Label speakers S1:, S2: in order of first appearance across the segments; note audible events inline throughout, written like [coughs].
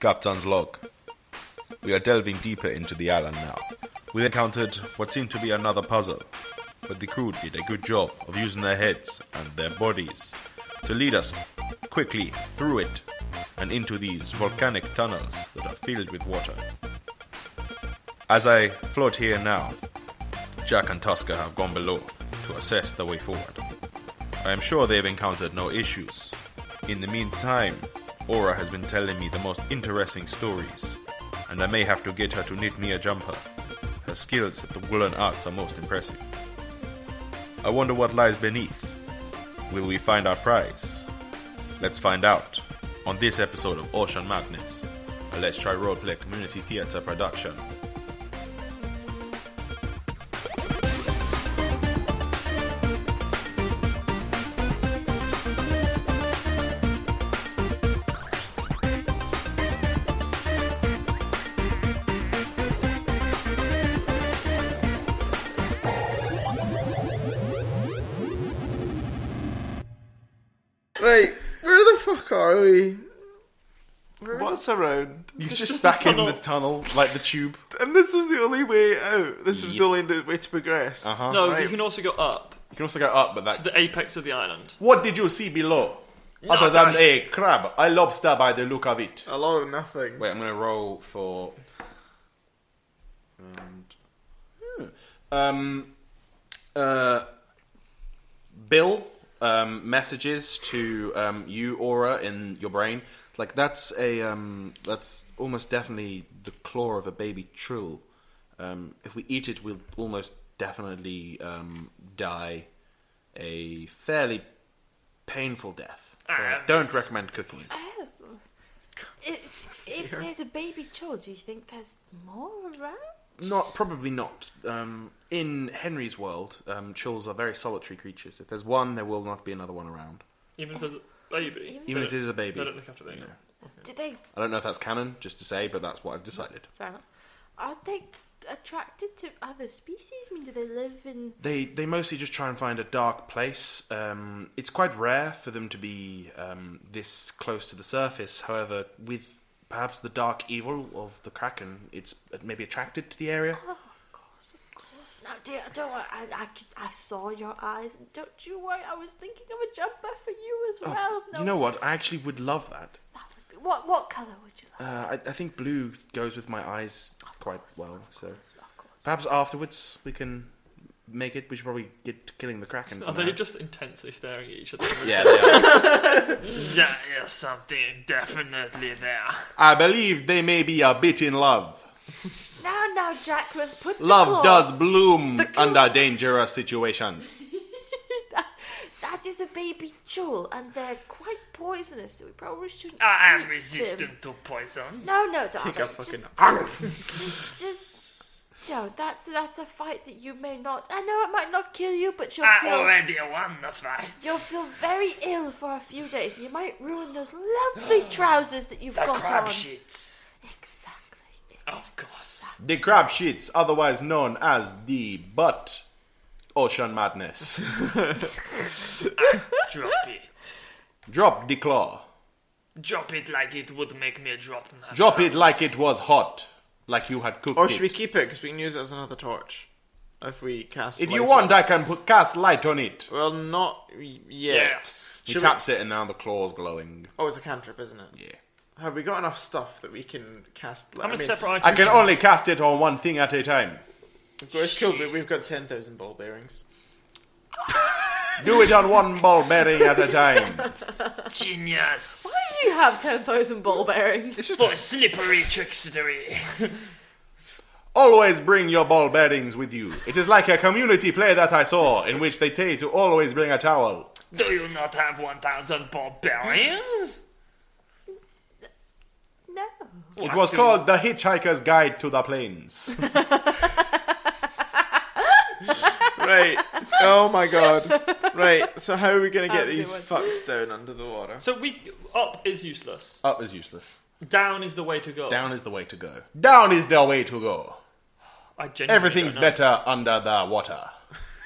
S1: Captain's log. We are delving deeper into the island now. We encountered what seemed to be another puzzle, but the crew did a good job of using their heads and their bodies to lead us quickly through it and into these volcanic tunnels that are filled with water. As I float here now, Jack and Tusker have gone below to assess the way forward. I am sure they have encountered no issues. In the meantime, Aura has been telling me the most interesting stories, and I may have to get her to knit me a jumper. Her skills at the woolen arts are most impressive. I wonder what lies beneath. Will we find our prize? Let's find out on this episode of Ocean Madness, a Let's Try Roleplay community theatre production.
S2: Right, where the fuck are we?
S3: What's around?
S4: You just stuck in the tunnel, like the tube.
S3: And this was the only way out. This was
S4: Yes.
S3: the only way to progress.
S4: Uh-huh.
S5: No, you
S3: Right.
S5: can also go up
S4: You can also go up, but that.
S5: to the apex of the island.
S4: What did you see below? Other
S5: that
S4: than a crab, a lobster by the look of it.
S2: A lot of nothing.
S4: Wait, I'm gonna roll for. And. hmm, Um. Uh. Bill um, messages to um, you, Aura, in your brain. Like that's a um, that's almost definitely the claw of a baby trill. Um, if we eat it, we'll almost definitely um, die a fairly painful death. So I
S5: Ah,
S4: don't recommend cooking it.
S6: Oh. If, if there's a baby troll, do you think there's more around?
S4: Not probably not. Um, in Henry's world, um, chills are very solitary creatures. If there's one, there will not be another one around.
S5: Even if there's a baby.
S6: Even
S4: Even
S5: They
S4: if it is a
S5: don't-
S4: baby.
S5: They don't look after the
S4: No.
S6: Do they?
S4: I don't know if that's canon, just to say, but that's what I've decided.
S6: Fair enough. Are they attracted to other species? I mean, do they live in?
S4: They they mostly just try and find a dark place. Um, it's quite rare for them to be um, this close to the surface. However, with perhaps the dark evil of the kraken, it's maybe attracted to the area.
S6: Oh, of course, of course. Now, dear, don't worry. I, I, could, I saw your eyes. Don't you worry. I was thinking of a jumper for you as well. no,
S4: Oh, You know what? I actually would love that.
S6: that would be- what? What color would you like?
S4: Uh, I, I think blue goes with my eyes quite well. So
S6: Of course.
S4: perhaps afterwards we can make it. We should probably get to killing the kraken. for
S5: Are
S4: now.
S5: they just intensely staring at each other?
S4: [laughs] Yeah, they are.
S5: That is something definitely there.
S4: I believe they may be a bit in love.
S6: Now, now, Jack, let's put the
S4: Love
S6: claw-
S4: does bloom
S6: claw-
S4: under dangerous situations.
S6: That is a baby jewel, and they're quite poisonous, so we probably shouldn't. eat them.
S5: to poison.
S6: No, no, darling.
S3: Take a fucking.
S6: Just, just don't. That's that's a fight that you may not. I know it might not kill you, but
S5: Ah,
S6: you'll feel
S5: won the fight.
S6: you'll feel very ill for a few days. You might ruin those lovely trousers that you've got on.
S5: shits.
S6: Exactly.
S5: Of course.
S4: The crab sheets, otherwise known as the butt. Ocean madness. [laughs]
S5: Drop it.
S4: Drop the claw.
S5: Drop it like it would make me drop my
S4: Drop it like it was hot, like you had cooked
S3: Or should we
S4: it.
S3: keep it? Because we can use it as another torch. If we cast.
S4: If you
S3: light
S4: want,
S3: on-
S4: I can put, cast light on it.
S3: Well, not y- yet.
S5: Yes.
S4: He
S3: Should we-
S4: taps it, and now the claw's glowing.
S3: Oh, it's a cantrip, isn't it?
S4: Yeah.
S3: Have we got enough stuff that we can cast?
S5: How
S3: I
S5: many
S3: mean,
S5: separate items?
S4: I can only cast it on one thing at a time.
S3: Of course, cool, but we've got ten thousand ball bearings.
S4: Do it on one ball bearing at a time.
S5: Genius.
S6: You have ten thousand ball bearings.
S5: For slippery trickstery.
S4: [laughs] Always bring your ball bearings with you. It is like a community play that I saw, in which they tell you to always bring a towel.
S5: Do you not have 1,000 ball bearings?
S6: No.
S4: It was called The Hitchhiker's Guide to the Plains.
S3: Right. oh my god. Right. So how are we gonna get
S6: do
S3: these
S6: one.
S3: fucks down under the water?
S5: So we up is useless.
S4: Up is useless.
S5: Down is the way to go.
S4: Uh, Down is the way to go. Down is the way to go.
S5: I genuinely
S4: Everything's
S5: don't know.
S4: better under the water,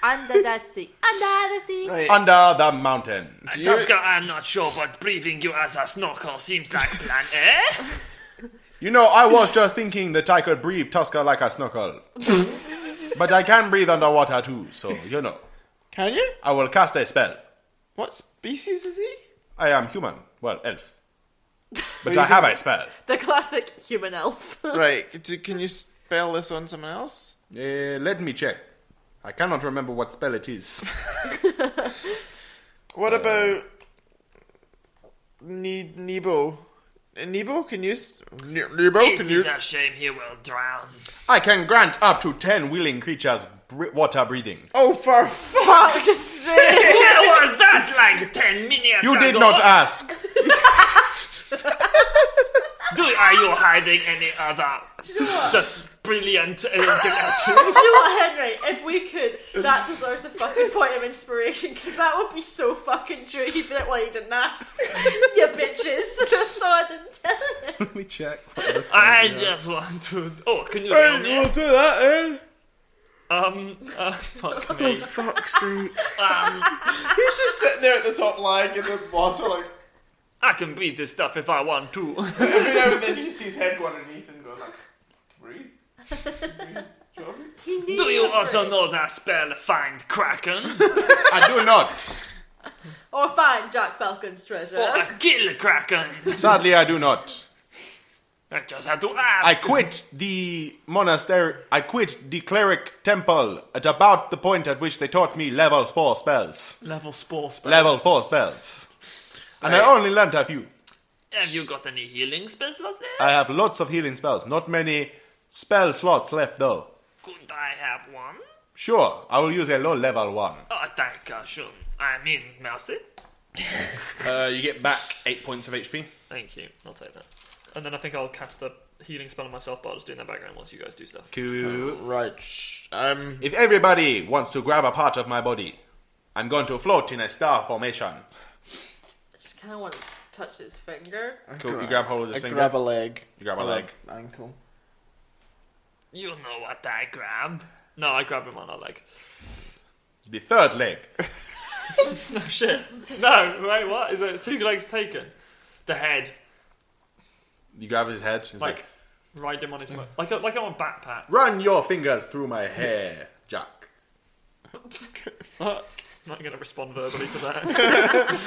S6: Under the sea. Under the sea.
S3: Right.
S4: under the mountain.
S3: Do you-
S5: eh? Tusker, I'm not sure, but breathing you as a snorkel seems like plan A.
S1: You know, I was just thinking that I could breathe Tusker like a [laughs] snorkel. but I can breathe underwater too, so you know.
S3: Can you?
S1: I will cast a spell.
S3: What species is he?
S1: I am human. Well, elf. But I have a [laughs] spell.
S6: The classic human elf.
S3: Right. Do, can you spell this on someone else?
S1: Uh, let me check. I cannot remember what spell it is.
S3: What about ne- Nebo? Uh, Nebo, can you? s- Ne- Nebo,
S5: It
S3: can
S5: is
S3: you?
S5: a shame he will drown.
S1: I can grant up to 10 willing creatures br- water breathing.
S3: Oh, for fuck!
S6: Fuck's [laughs] sake.
S5: Where was that like ten minutes
S1: You did
S5: ago?
S1: not
S3: [laughs]
S1: ask.
S5: Do are you hiding any other just brilliant uh,
S6: Do you know what, Henry? If we could, that deserves a fucking point of inspiration because that would be so fucking true. He'd be like, "Well, you didn't ask, you bitches." [laughs] so I didn't tell him.
S1: Let me check. What other spells
S5: I
S1: he has.
S5: just want to. Oh, can you
S3: Right,
S5: help me?
S3: we'll do that, eh?
S5: Um, uh, fuck me.
S3: Fuck's sake!
S5: Um,
S3: He's just sitting there at the top, lying in the water, like
S5: I can beat this stuff if I want to. [laughs]
S3: every now and then you see his head go underneath and go like, breathe.
S6: He knew
S5: Do you
S6: were
S5: also
S6: free.
S5: know that spell, Find Kraken?
S1: [laughs] I do not.
S6: Or find Jack Falcon's treasure.
S5: Or Kill Kraken?
S1: Sadly, I do not.
S5: I just had to
S1: I
S5: ask.
S1: quit the monastery. I quit the cleric temple at about the point at which they taught me level four spells.
S5: Level spore spell.
S1: Level four spells, and I only learnt a few.
S5: Have you got any healing spells left?
S1: [laughs] I have lots of healing spells. Not many spell slots left, though.
S5: Could I have one?
S1: Sure, I will use a low level one.
S5: Oh, thank you, sure. I mean, mercy.
S1: Uh, you get back eight points of HP.
S5: Thank you. I'll take that. And then I think I'll cast the healing spell on myself, but I'll just do it in the background whilst you guys do stuff.
S1: Cool.
S3: Right. sh- Um.
S1: If everybody wants to grab a part of my body, I'm going to float in a star formation.
S6: just kind of want to touch his finger.
S1: Cool. You grab hold of
S3: I
S1: this thing.
S3: grab a leg.
S1: You grab a
S3: Or
S1: leg.
S3: Ankle.
S5: You know what I grab? No, I grab him on that leg. [laughs]
S1: The third
S3: [laughs]
S1: leg.
S5: No shit. No, wait, what? Is there two legs taken? The head.
S1: You grab his head. It's
S5: Like, ride him on his. Mo- like, a, like I'm a backpack.
S1: [laughs] Run your fingers through my hair, Jack.
S5: I'm not going to respond verbally to that.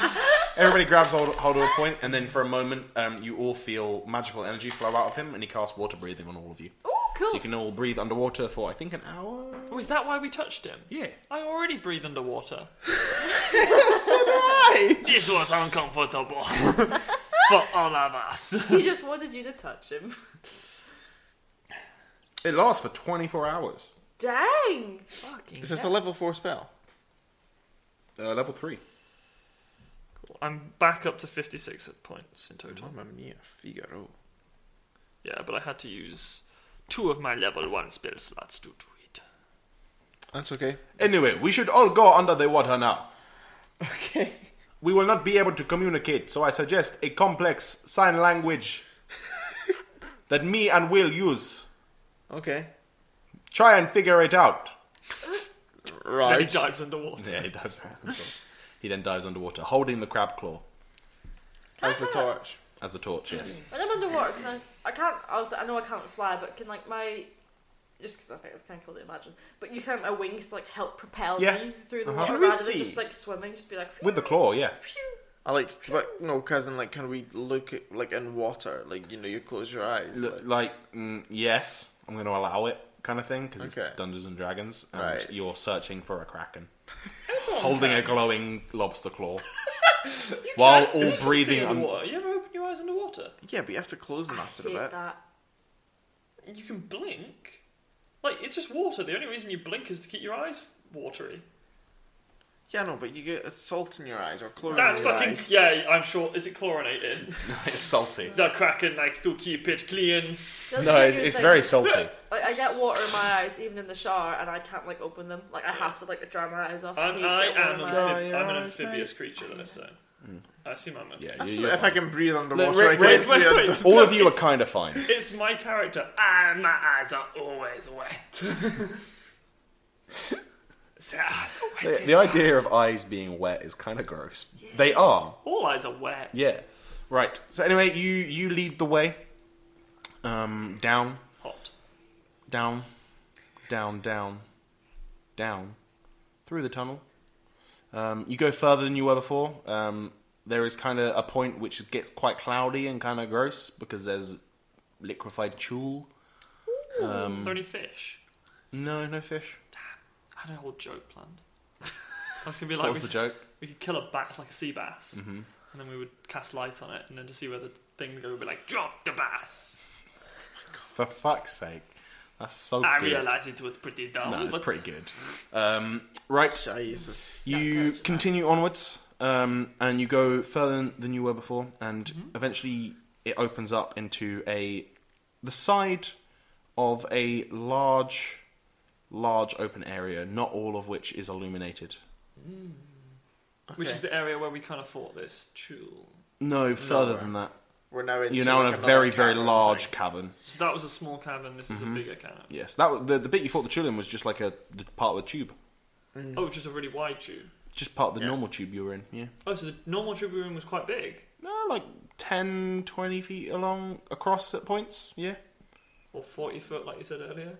S1: Everybody grabs hold, hold of a point, and then for a moment, um, you all feel magical energy flow out of him, and he casts water breathing on all of you.
S6: Oh, cool.
S1: So you can all breathe underwater for, I think, an hour?
S5: Was Oh, that why we touched him?
S1: Yeah.
S5: I already breathe underwater.
S3: Hi.
S5: This was uncomfortable for all of us. [laughs]
S6: He just wanted you to touch him.
S1: It lasts for 24 hours.
S6: [laughs] Dang.
S5: Fucking
S3: Is this a
S5: hell.
S3: level four spell?
S1: Uh, level 3.
S5: I'm back up to 56 points in total.
S3: Mamma mia, Figaro.
S5: Yeah, but I had to use two of my level 1 spell slots to do it.
S3: That's okay.
S1: Anyway, we should all go under the water now.
S3: [laughs] Okay.
S1: We will not be able to communicate, so I suggest a complex sign [laughs] language that me and Will use.
S3: Okay.
S1: Try and figure it out.
S5: Then he
S3: Right.
S5: dives underwater.
S1: Yeah, he dives. [laughs] he then dives underwater, holding the crab claw
S3: As the torch.
S1: as a torch. Yes.
S6: When I'm underwater, can I? s- I can't. Obviously, I know I can't fly, but can like my just because I think it's kind of cool to imagine. But you can my wings like help propel
S1: Yeah.
S6: me through the
S1: Uh-huh.
S6: water
S3: Can we
S6: rather
S3: see?
S6: than just like swimming. Just be like
S1: With the claw, yeah.
S3: I like, but no, cousin. Like, can we look at like in water? Like, you know, you close your eyes.
S1: L-
S3: like-
S1: like, mm, yes, I'm going to allow it kind of thing because
S3: Okay.
S1: it's Dungeons and Dragons, and
S3: Right.
S1: you're searching for a kraken, holding a glowing lobster claw, while all breathing. Un-
S5: Underwater. You ever open your eyes underwater?
S3: yeah, but you have to close them after a
S6: Hate
S3: bit.
S6: that.
S5: You can blink. Like, it's just water. The only reason you blink is to keep your eyes watery.
S3: Yeah, no, but you get a salt in your eyes or chlorine.
S5: That's
S3: in your
S5: fucking.
S3: eyes.
S5: Yeah, I'm sure. Is it chlorinated?
S1: it's
S4: [laughs]
S1: salty.
S5: the Kraken likes to keep it clean.
S6: That's
S1: No,
S6: the
S1: it's,
S6: good
S1: it's
S6: thing.
S1: very salty.
S6: Like, I get water in my eyes even in the shower, and I can't like open them. Like I have to like dry my eyes off.
S5: I'm,
S6: hate
S5: I am
S6: getting water
S5: an,
S6: in my eyes.
S5: amphib-
S3: your
S5: I'm an
S3: eyes,
S5: amphibious creature, then, so. I assume I'm a.
S1: Mm. Yeah, you,
S3: [laughs] If I can breathe underwater,
S1: Look,
S3: I can
S1: wait,
S5: [laughs] Wait,
S3: see
S5: wait,
S3: it.
S5: wait.
S1: all
S5: No,
S1: of you are
S5: [laughs] it's-
S1: kind of fine.
S5: It's my character. Ah, my eyes are always wet. [laughs] So, ah, so wet
S1: The,
S5: is
S1: the
S5: wet.
S1: idea of eyes being wet is kind of gross. They are,
S5: All eyes are wet.
S1: yeah. Right. So anyway, you you lead the way.
S4: Um, down,
S5: Hot.
S4: down, down, down, down, through the tunnel. Um, you go further than you were before. Um, there is kind of a point which gets quite cloudy and kind of gross because there's liquefied chul.
S1: Um,
S5: Are there any fish?
S4: No, no fish.
S5: I had a whole joke
S4: [laughs]
S5: planned. I was gonna be
S4: What
S5: like,
S4: was
S5: we,
S4: the joke? Mm-hmm.
S5: we could kill a bat like a sea bass, and then we would cast light on it, and then to see where the thing would go, we'd be like, drop the bass.
S4: For fuck's sake, that's so
S5: I
S4: good.
S5: realise it was pretty dumb,
S4: No, it's
S5: but
S4: pretty good. Um, right,
S7: Jesus.
S4: you continue onwards, um, and you go further than you were before, and
S7: Mm-hmm.
S4: eventually it opens up into a the side of a large, large open area, not all of which is illuminated.
S5: which
S7: Okay.
S5: is the area where we kind of fought this chul.
S4: No, further
S7: Nowhere.
S4: than that.
S7: We're now into
S4: You're now
S7: like
S4: in a
S7: another
S4: very, very
S7: cavern
S4: large
S7: thing.
S4: cavern.
S5: So that was a small cavern. This is
S4: Mm-hmm.
S5: a bigger cavern.
S4: Yes, that was, the the bit you thought the children was just like a the part of the tube,
S5: Oh, which is a really wide tube.
S4: just part of the
S7: Yeah.
S4: normal tube you were in. Yeah.
S5: Oh, so the normal tube room was quite big.
S4: No, like 10, 20 feet along across at points. Yeah.
S5: Or 40 foot, like you said earlier.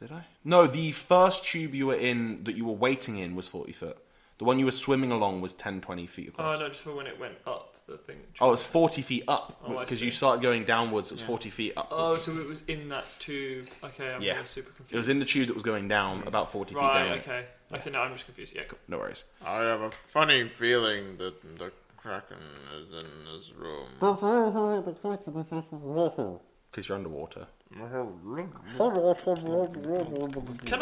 S4: Did I? No, the first tube you were in that you were waiting in was 40 foot. The one you were swimming along was 10, 20 feet
S5: Oh,
S4: across.
S5: no, just for when it went up, the thing.
S4: Oh, it was 40 feet up
S5: Oh, I
S4: because
S5: see.
S4: you started going downwards. It was 40 feet
S5: Oh,
S4: upwards.
S5: so it was in that tube. Okay, I'm
S4: Yeah.
S5: getting super confused.
S4: It was in the tube that was going down, about 40 feet down.
S5: Mm. Right, okay. Okay, no, I'm just confused. Yeah, cool.
S4: No worries.
S3: I have a funny feeling that the Kraken is in this room.
S4: Because you're underwater.
S5: Can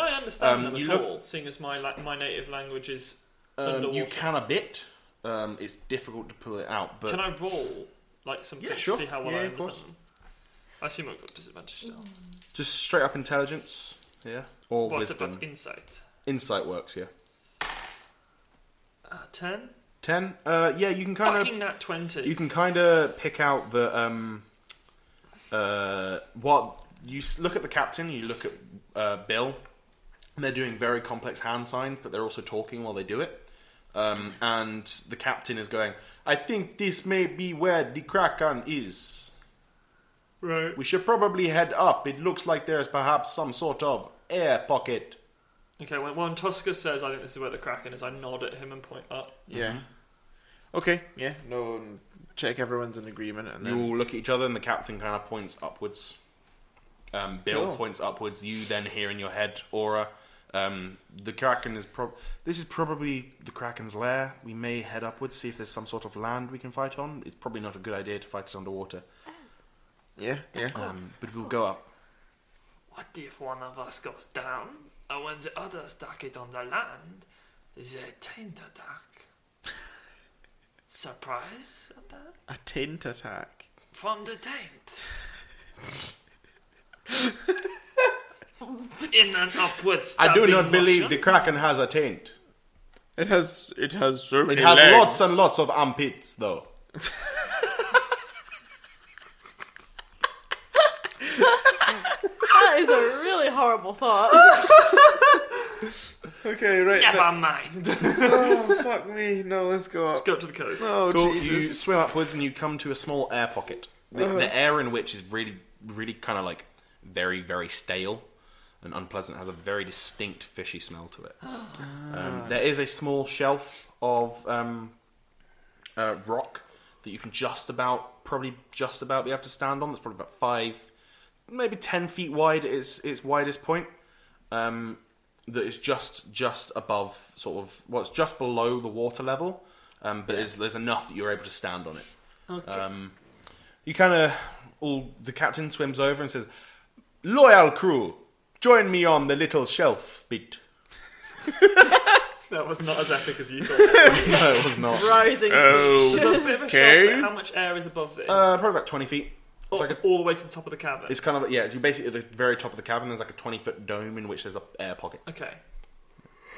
S5: I understand
S4: Um,
S5: them
S4: you
S5: at
S4: look-
S5: all, seeing as my la- my native language is
S4: Um,
S5: underwater?
S4: you can a bit. Um, it's difficult to pull it out, but
S5: Can I roll like something
S4: Yeah, sure.
S5: to see how well
S4: Yeah,
S5: I
S4: of course.
S5: understand them? I assume I've got disadvantage still.
S4: just straight up intelligence. Yeah. Or
S5: What
S4: wisdom.
S5: about insight?
S4: Insight works, yeah.
S5: Uh, Ten.
S4: 10. Uh, yeah, you can kind of
S5: Fucking nat twenty.
S4: You can kind of pick out the um, uh, what you s- look at the captain, you look at uh, Bill. and They're doing very complex hand signs, but they're also talking while they do it. Um, and the captain is going, "I think this may be where the Kraken is.
S5: Right.
S4: We should probably head up. It looks like there's perhaps some sort of air pocket."
S5: Okay. When, when Tusker says, "I think this is where the kraken is," I nod at him and point up.
S7: Yeah.
S4: Mm-hmm.
S7: Okay, yeah. No, check everyone's in agreement and
S4: You
S7: then.
S4: all look at each other, and the captain kind of points upwards. Um, Bill
S7: Cool.
S4: points upwards. You then hear in your head, Aura. Um, the Kraken is prob. This is probably the Kraken's lair. We may head upwards, see if there's some sort of land we can fight on. It's probably not a good idea to fight it underwater,
S7: Yeah, yeah.
S4: um, but we'll go up.
S5: What if one of us goes down, and when the others duck it on the land, they tend to
S4: [laughs]
S5: duck? Surprise at that?
S7: A tent attack.
S5: From the tent. In an upward
S4: I do
S5: stabbing
S4: not believe the
S5: motion.
S4: Kraken has a taint.
S3: It has it has so
S4: It
S3: many
S4: has
S3: legs.
S4: lots and lots of armpits, though.
S6: That is a really
S3: [laughs]
S6: horrible thought.
S3: Okay, right.
S5: Never mind.
S3: Oh fuck me! No, let's go up.
S5: [laughs] Go up to the coast.
S3: Oh
S4: Cool. You
S3: Jesus! Oh.
S4: swim upwards and you come to a small air pocket. The, the air in which is really, really kind of like very, very stale and unpleasant. Has a very distinct fishy smell to
S3: [gasps]
S4: it.
S3: Ah.
S4: Um, there is a small shelf of um, uh, rock that you can just about, probably just about be able to stand on. That's probably about five, maybe ten feet wide. at Its its widest point. Um, that is just just above sort of well, it's just below the water level, um, but there's, there's enough that you're able to stand on it.
S5: Okay.
S4: Um, you kind of all the captain swims over and says, "Loyal crew, join me on the little shelf bit." [laughs]
S5: That was not as epic as you thought.
S4: [laughs]
S5: It
S4: no, it was not.
S6: Rising speech.
S5: was a bit of a shock,
S3: Okay.
S5: but how much air is above it?
S4: Uh, probably about twenty feet.
S5: Up
S4: like
S5: all the way to the top of the cavern.
S4: It's kind of yeah. You're basically at the very top of the cavern. There's like a twenty foot dome in which there's a air pocket.
S5: Okay.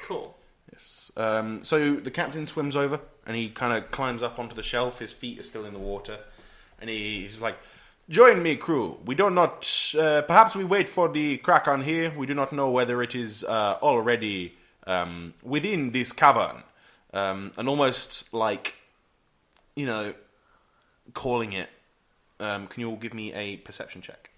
S5: Cool.
S4: Yes. Um, so the captain swims over and he kind of climbs up onto the shelf. His feet are still in the water, and he- he's like, "Join me, crew. We do not. Uh, perhaps we wait for the kraken here. We do not know whether it is uh, already um, within this cavern." Um, and almost like, you know, calling it. Um, can you all give me a perception check?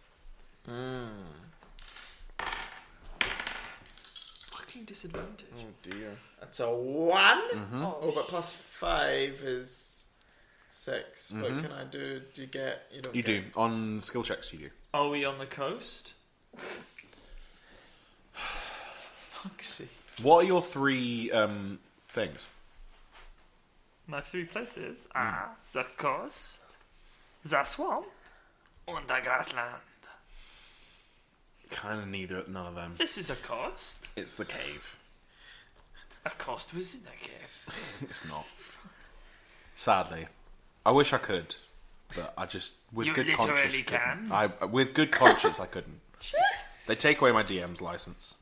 S5: Fucking disadvantage.
S3: Oh dear. That's a one. Oh,
S6: Oh,
S3: but plus five is 6 What can I do? Do you get? Mm-hmm. You don't.
S4: You
S3: get-
S4: do on skill checks. You do.
S5: Are we on the coast? Fuck's sake.
S4: What are your three um, things?
S5: My three places are the coast, the swamp, and the grassland.
S4: Kind of neither. None of them.
S5: This is a coast.
S4: It's the cave.
S5: A coast was in a cave.
S4: It's not. Sadly, I wish I could, but I just with
S5: You
S4: good conscience
S5: literally
S4: couldn't.
S5: can.
S4: I with good conscience I couldn't.
S6: Shit.
S4: They take away my DM's license.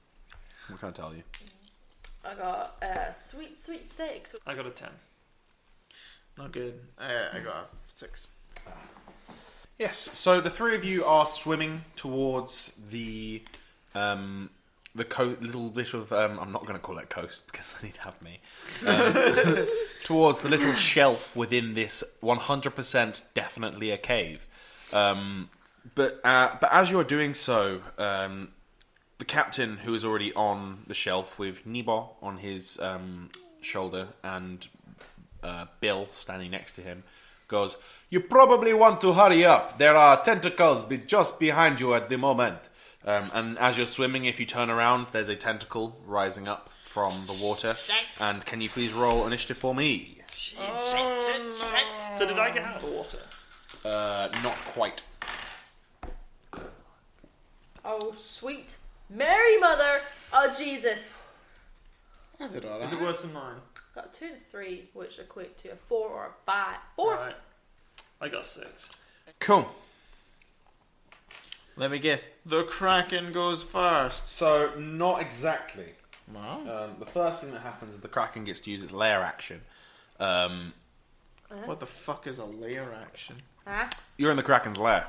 S4: What can I tell you?
S6: I got uh, sweet, sweet six.
S5: I got a ten.
S3: Not good. I, I got a six.
S4: Yes. So the three of you are swimming towards the um, the co- little bit of um, I'm not going to call it coast because [laughs] then he'd have me. Um, [laughs] towards the little shelf within this 100% definitely a cave. Um, but uh, but as you're doing so, um, the captain who is already on the shelf with Nibo on his um, shoulder and uh, Bill standing next to him goes, "You probably want to hurry up. There are tentacles be- just behind you at the moment." Um, and as you're swimming, if you turn around, there's a tentacle rising up from the water. And can you please roll initiative for me?
S5: So did I get out of the water?
S4: Uh, not quite.
S6: Oh, sweet. Mary, mother. Oh, Jesus.
S3: I did all
S5: Is
S3: right.
S5: it worse than mine?
S6: Got a two and three, which equate to a four or a five. Four.
S5: Alright. I got six.
S4: Cool.
S3: Let me guess. The kraken goes first.
S4: So not exactly.
S3: Wow.
S4: Um, the first thing that happens is the kraken gets to use its lair action. Um,
S3: What the fuck is a layer action?
S6: Ah,
S4: you're in the kraken's lair.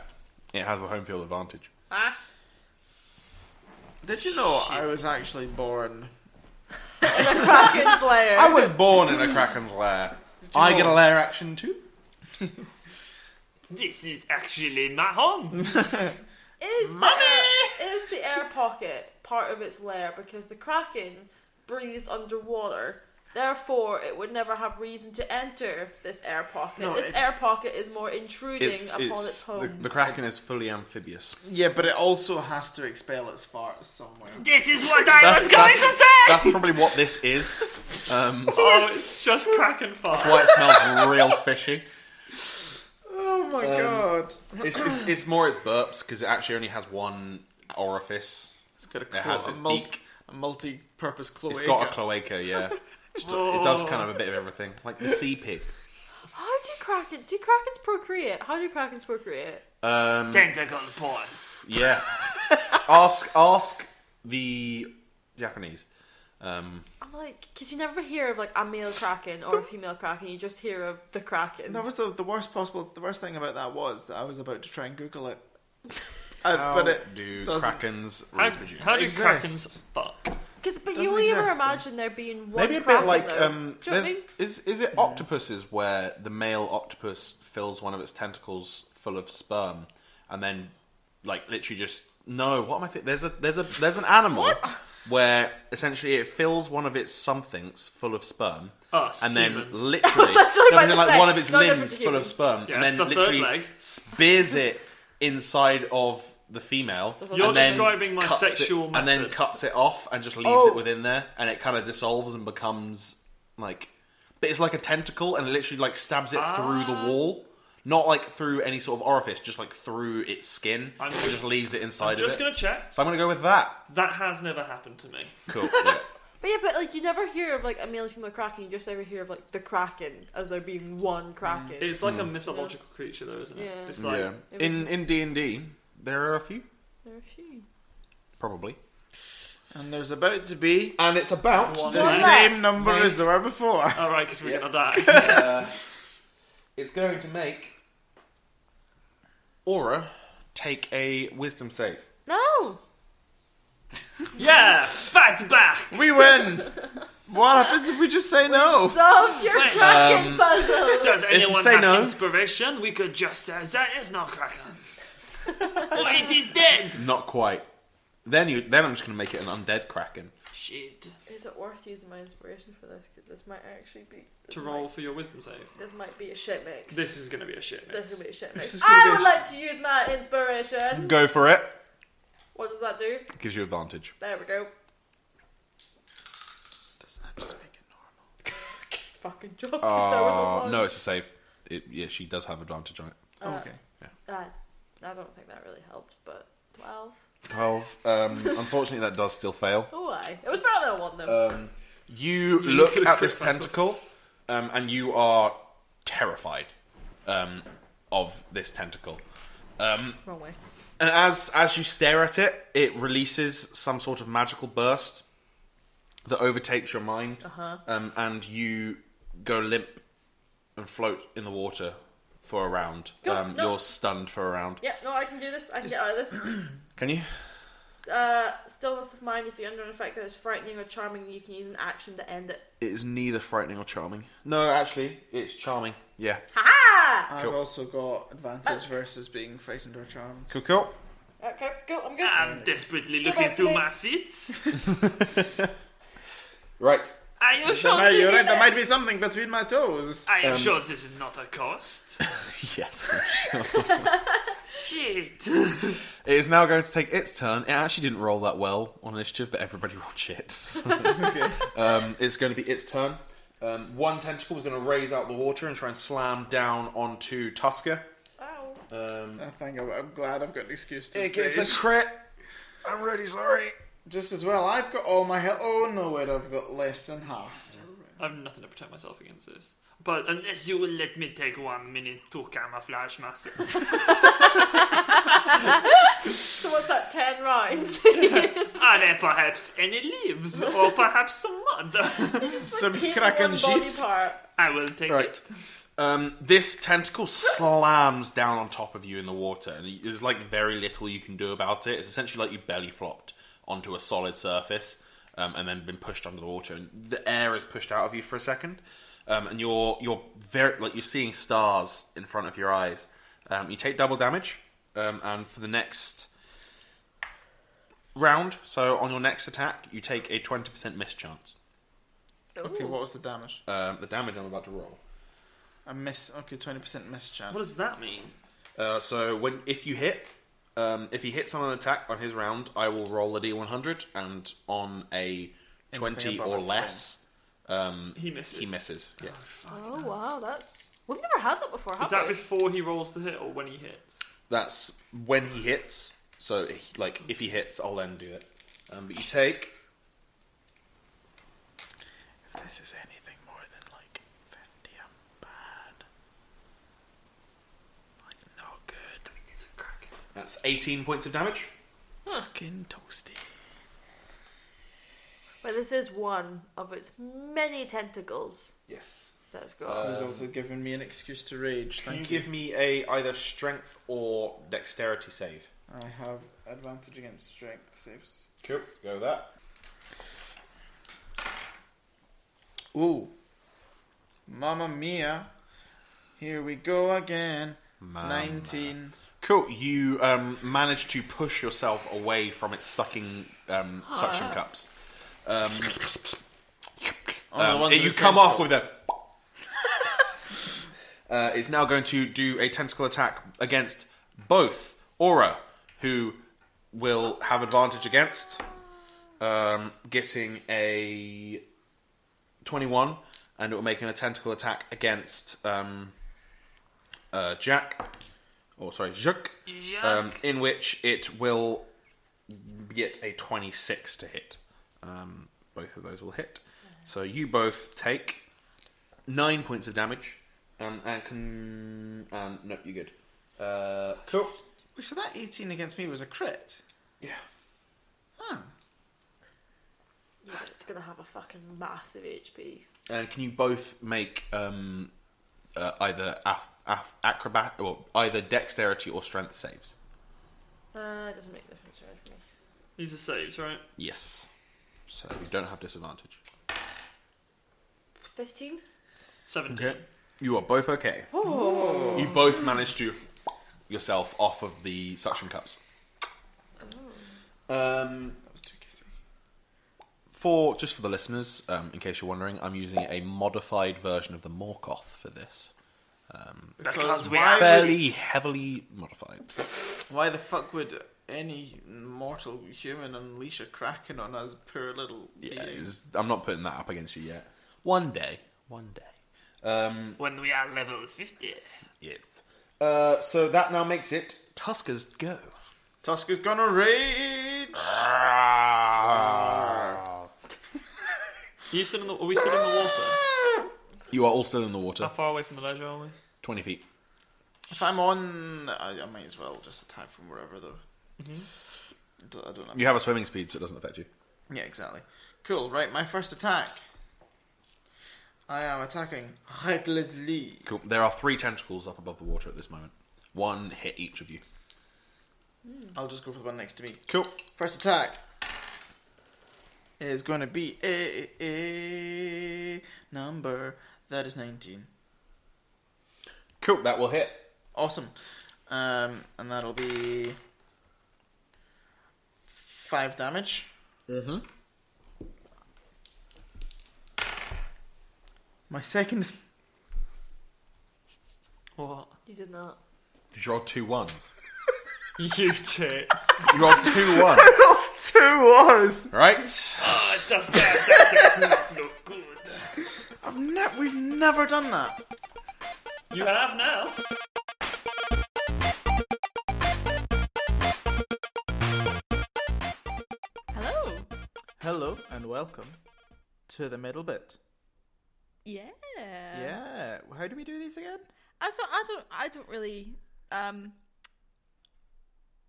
S4: It has the home field advantage.
S6: ah.
S3: Did you know I was actually born?
S6: Kraken's lair.
S4: I was born in a kraken's lair. I get a lair action too.
S5: This is actually my [laughs] home.
S6: Is the, air, is the air pocket part of its lair because the kraken breathes underwater? Therefore, it would never have reason to enter this air pocket.
S3: No,
S6: this
S3: it's-
S6: air pocket is more intruding upon its, home.
S4: the, the kraken is fully amphibious.
S3: Yeah, but it also has to expel its farts somewhere.
S5: this is what I was going
S4: that's,
S5: to say.
S4: that's probably what this is. Um, that's
S5: oh, it's just Kraken fart.
S4: why it smells real fishy.
S3: Oh my god!
S4: It's, it's, it's more its burps because it actually only has one orifice.
S3: It's got a,
S4: It has
S3: clo- a,
S4: its
S3: mul-
S4: beak.
S3: a multi-purpose cloaca.
S4: It's got a cloaca, yeah. Just- it does kind of a bit of everything, like the sea pig.
S6: How do kraken? Do krakens procreate? How do krakens procreate?
S4: Um,
S5: Tentacle porn.
S4: yeah. ask ask the Japanese. Um,
S6: I'm like, because you never hear of like a male kraken or a female kraken. You just hear of the kraken.
S3: That was the, the worst possible. The worst thing about that was that I was about to try and Google [laughs] it, Uh, but it
S4: do
S3: doesn't-
S4: krakens
S5: How,
S4: reproduce?
S5: how do
S3: Exist.
S5: Krakens fuck?
S6: Because but
S3: Doesn't
S6: you only ever
S3: exist, though.
S6: imagine there being one.
S4: Maybe a bit
S6: kraken,
S4: like
S6: though.
S4: um,
S6: Do you know what I
S4: there's,
S6: mean?
S4: is is it octopuses where the male octopus fills one of its tentacles full of sperm and then like literally just no what am I thinking? There's a there's a there's an animal where essentially it fills one of its somethings full of sperm
S5: Us,
S4: and then
S5: Oh, humans. [laughs]
S4: literally
S6: I was actually
S4: no, but
S6: about to
S4: like
S6: say,
S4: one of its
S6: no different
S4: limbs
S6: to
S4: full of
S6: humans.
S4: sperm
S5: Yeah,
S4: and
S5: it's
S4: then
S5: the third
S4: literally
S5: leg.
S4: spears it inside of the female
S6: You're
S4: and then
S5: describing my
S4: cuts it-
S5: sexual
S4: and then
S5: method.
S4: cuts it off and just leaves
S6: Oh.
S4: it within there, and it kind of dissolves and becomes like, but it's like a tentacle, and it literally like stabs it through
S5: Ah.
S4: the wall, not like through any sort of orifice, just like through its skin.
S5: I'm
S4: and
S5: just-
S4: just leaves it inside
S5: I'm
S4: of
S5: just
S4: it.
S5: gonna check.
S4: So I'm gonna go with that.
S5: That has never happened to me.
S4: Cool. [laughs] yeah.
S6: But yeah, but like you never hear of like a male and female kraken. You just ever hear of like the kraken as there being one kraken.
S1: Mm.
S5: It's like a mythological creature, though, isn't it?
S6: Yeah.
S5: It's like
S4: Hmm. yeah. In in D and D, there are a few
S6: There are a few.
S4: probably,
S3: and there's about to be
S4: and it's about
S5: One
S3: the
S5: less.
S3: same number as there were before.
S5: all right, because we're gonna die.
S4: [laughs] It's going to make Aura take a wisdom save.
S6: No.
S5: yeah, fight back.
S3: We win. what happens if we just say no?
S6: Solve your
S5: Wait.
S1: um,
S6: kraken puzzle. [laughs]
S1: [laughs]
S5: Does
S4: you
S5: anyone
S4: say
S5: have
S4: no-
S6: [laughs]
S5: inspiration? We could just say there is no kraken. Oh, it is dead!
S1: Not quite. Then you. Then I'm just gonna make it an undead kraken.
S5: Shit.
S6: Is it worth using my inspiration for this? Because this might actually be. This
S5: To
S6: might,
S5: roll for your wisdom save.
S6: This might be a shit mix.
S5: This is gonna be a shit
S6: This is
S5: mix.
S6: gonna be a shit mix.
S1: is gonna be
S6: I
S1: a
S6: would
S1: sh-
S6: like to use my inspiration.
S1: Go for it.
S6: What does that do?
S1: Gives you advantage.
S6: There we go.
S1: Doesn't that just make it
S6: Fucking job. [laughs] 'cause there was
S1: normal?
S6: a
S1: Uh,
S6: one.
S1: no, it's a save. It, yeah, she does have advantage on it.
S5: okay.
S6: Uh, I don't think that really helped, but 12.
S1: Twelve. Um, unfortunately, that does still fail.
S6: Oh, I. It was better than I want them.
S1: Um, you look at this tentacle, um, and you are terrified um, of this tentacle. Um,
S6: Wrong way.
S1: and as as you stare at it, it releases some sort of magical burst that overtakes your mind,
S6: Uh-huh.
S1: um, and you go limp and float in the water for a round.
S6: Go,
S1: um,
S6: no.
S1: You're stunned for a round.
S6: Yeah, no, I can do this. I can get out of this.
S1: Can you?
S6: Uh, stillness of mind. If you're under an effect that is frightening or charming, you can use an action to end it.
S1: It is neither frightening or charming. No, actually, it's charming. Yeah.
S6: Ha!
S3: I've
S1: Cool.
S3: also got advantage versus being frightened or charmed.
S1: Uh, Cool, cool.
S6: Okay, go. I'm good.
S5: I'm desperately
S6: Come
S5: looking
S6: on,
S5: through
S6: play.
S5: my fits.
S1: Right.
S5: Are you
S3: So
S5: sure
S3: now
S5: this
S3: you're right,
S5: is
S3: there might be something between my toes.
S5: Are you sure this is not a [laughs] cost?
S1: Yes.
S5: Shit.
S1: It is now going to take its turn. It actually didn't roll that well on initiative, but everybody [laughs] rolled shit. So, um, it's going to be its turn. Um, one tentacle is going to raise out the water and try and slam down onto Tusker.
S6: Ow.
S1: Um,
S3: I think I'm, I'm glad I've got an excuse to.
S1: it gets a
S3: rage.
S1: crit. I'm really sorry.
S3: Just as well, I've got all my health. Oh no, wait, I've got less than half.
S5: I have nothing to protect myself against this. But unless you will let me take one minute to camouflage myself. [laughs]
S6: So what's that? Ten rounds.
S5: Are there perhaps any leaves or perhaps some mud? [laughs]
S3: Some
S6: Pick
S3: cracking
S6: one body
S3: sheets.
S6: part.
S5: I will take it.
S1: Right. Um, this tentacle slams down on top of you in the water, and there's like very little you can do about it. It's essentially like you belly flopped onto a solid surface, um, and then been pushed under the water, and the air is pushed out of you for a second, um, and you're you're very like you're seeing stars in front of your eyes. Um, you take double damage, um, and for the next round, so on your next attack, you take a twenty percent miss chance.
S3: Okay, what was the damage?
S1: Um, the damage I'm about to roll.
S3: I miss. Okay, twenty percent miss chance.
S5: What does that mean?
S1: Uh, so when if you hit, um, if he hits on an attack on his round, I will roll a d100, and on a twenty
S3: above
S1: or
S3: a
S1: less, um,
S5: He misses.
S1: he misses. Yeah.
S6: Oh wow, that's we've never had that before, have
S5: Is that
S6: we?
S5: before he rolls the hit or when he hits?
S1: That's when he hits. So he- like if he hits, I'll then do it. Um, but you take. If this is anything more than like fifty, I'm bad. Like not good.
S5: It's a crack.
S1: That's eighteen points of damage.
S3: Fucking toasty.
S6: But this is one of its many tentacles
S1: Yes.
S6: that's got.
S1: Uh,
S3: He's also given me an excuse to rage.
S1: Can you,
S3: Thank you.
S1: give me a either strength or dexterity save?
S3: I have advantage against strength saves.
S1: Cool. Go with that.
S3: Ooh, Mamma Mia! Here we go again. Nineteen.
S1: Cool. You um, manage to push yourself away from its sucking um, suction
S3: Ah.
S1: cups. Um,
S3: Oh, the
S1: um,
S3: ones
S1: you
S3: with
S1: come off with a. [laughs]
S3: tentacles.
S1: uh, is now going to do a tentacle attack against both Aura, who will have advantage against, um, getting a 21, and it will make an a tentacle attack against um, uh, Jack, or sorry, Jacques, um, in which it will get a 26 to hit. Um, both of those will hit. So you both take nine points of damage, um, and can. Um, no, you're good. Uh, cool.
S3: Wait, so that eighteen against me was a crit.
S1: Yeah.
S3: Huh.
S6: yeah, it's gonna have a fucking massive HP.
S1: And can you both make um, uh, either af- af- acrobat or either dexterity or strength saves?
S6: Uh, it doesn't make a difference really for me.
S5: These are saves, right?
S1: Yes. So you don't have disadvantage.
S6: Fifteen.
S5: 17.
S1: You are both okay.
S6: Oh,
S1: You both managed to yourself off of the suction cups. Um,
S3: That was too kissy.
S1: for just for the listeners, um, in case you're wondering, I'm using a modified version of the Morkoth for this.
S5: Because we
S3: why
S5: are
S1: Fairly heavily modified.
S3: Why the fuck would any mortal human unleash a kraken on us poor little
S1: Yeah,
S3: beings?
S1: it's- I'm not putting that up against you yet. One day, one day. Um,
S5: when we are level fifty.
S1: yes. Uh, so that now makes it Tuskers go.
S3: Tusk is gonna rage.
S5: You still in the? Are we still in the water?
S1: You are all still in the
S5: How
S1: water,
S5: far away from the ledge are we?
S1: twenty feet.
S3: If I'm on, I, I might as well just attack from wherever though.
S1: Mm-hmm.
S3: D- I don't know.
S1: You have a swimming speed, so it doesn't affect you.
S3: Yeah, exactly. Cool. Right, my first attack. I am attacking recklessly.
S1: Cool. There are three tentacles up above the water at this moment. One hit each of you.
S3: I'll just go for the one next to me.
S1: Cool.
S3: First attack is going to be a, a number that is 19.
S1: Cool. That will hit.
S3: Awesome. Um, and that'll be five damage.
S1: Mhm.
S3: My second.
S5: What?
S6: You did not.
S1: You rolled two ones.
S5: [laughs] You tit.
S1: You rolled two ones.
S3: [laughs] Two one.
S1: right.
S5: [laughs] oh, it does that. That does not look good.
S3: I've ne- we've never done that.
S5: You have now.
S6: Hello.
S3: Hello and welcome to the middle bit.
S6: Yeah.
S3: yeah. How do we do these again?
S6: I don't. I don't. I don't really. Um.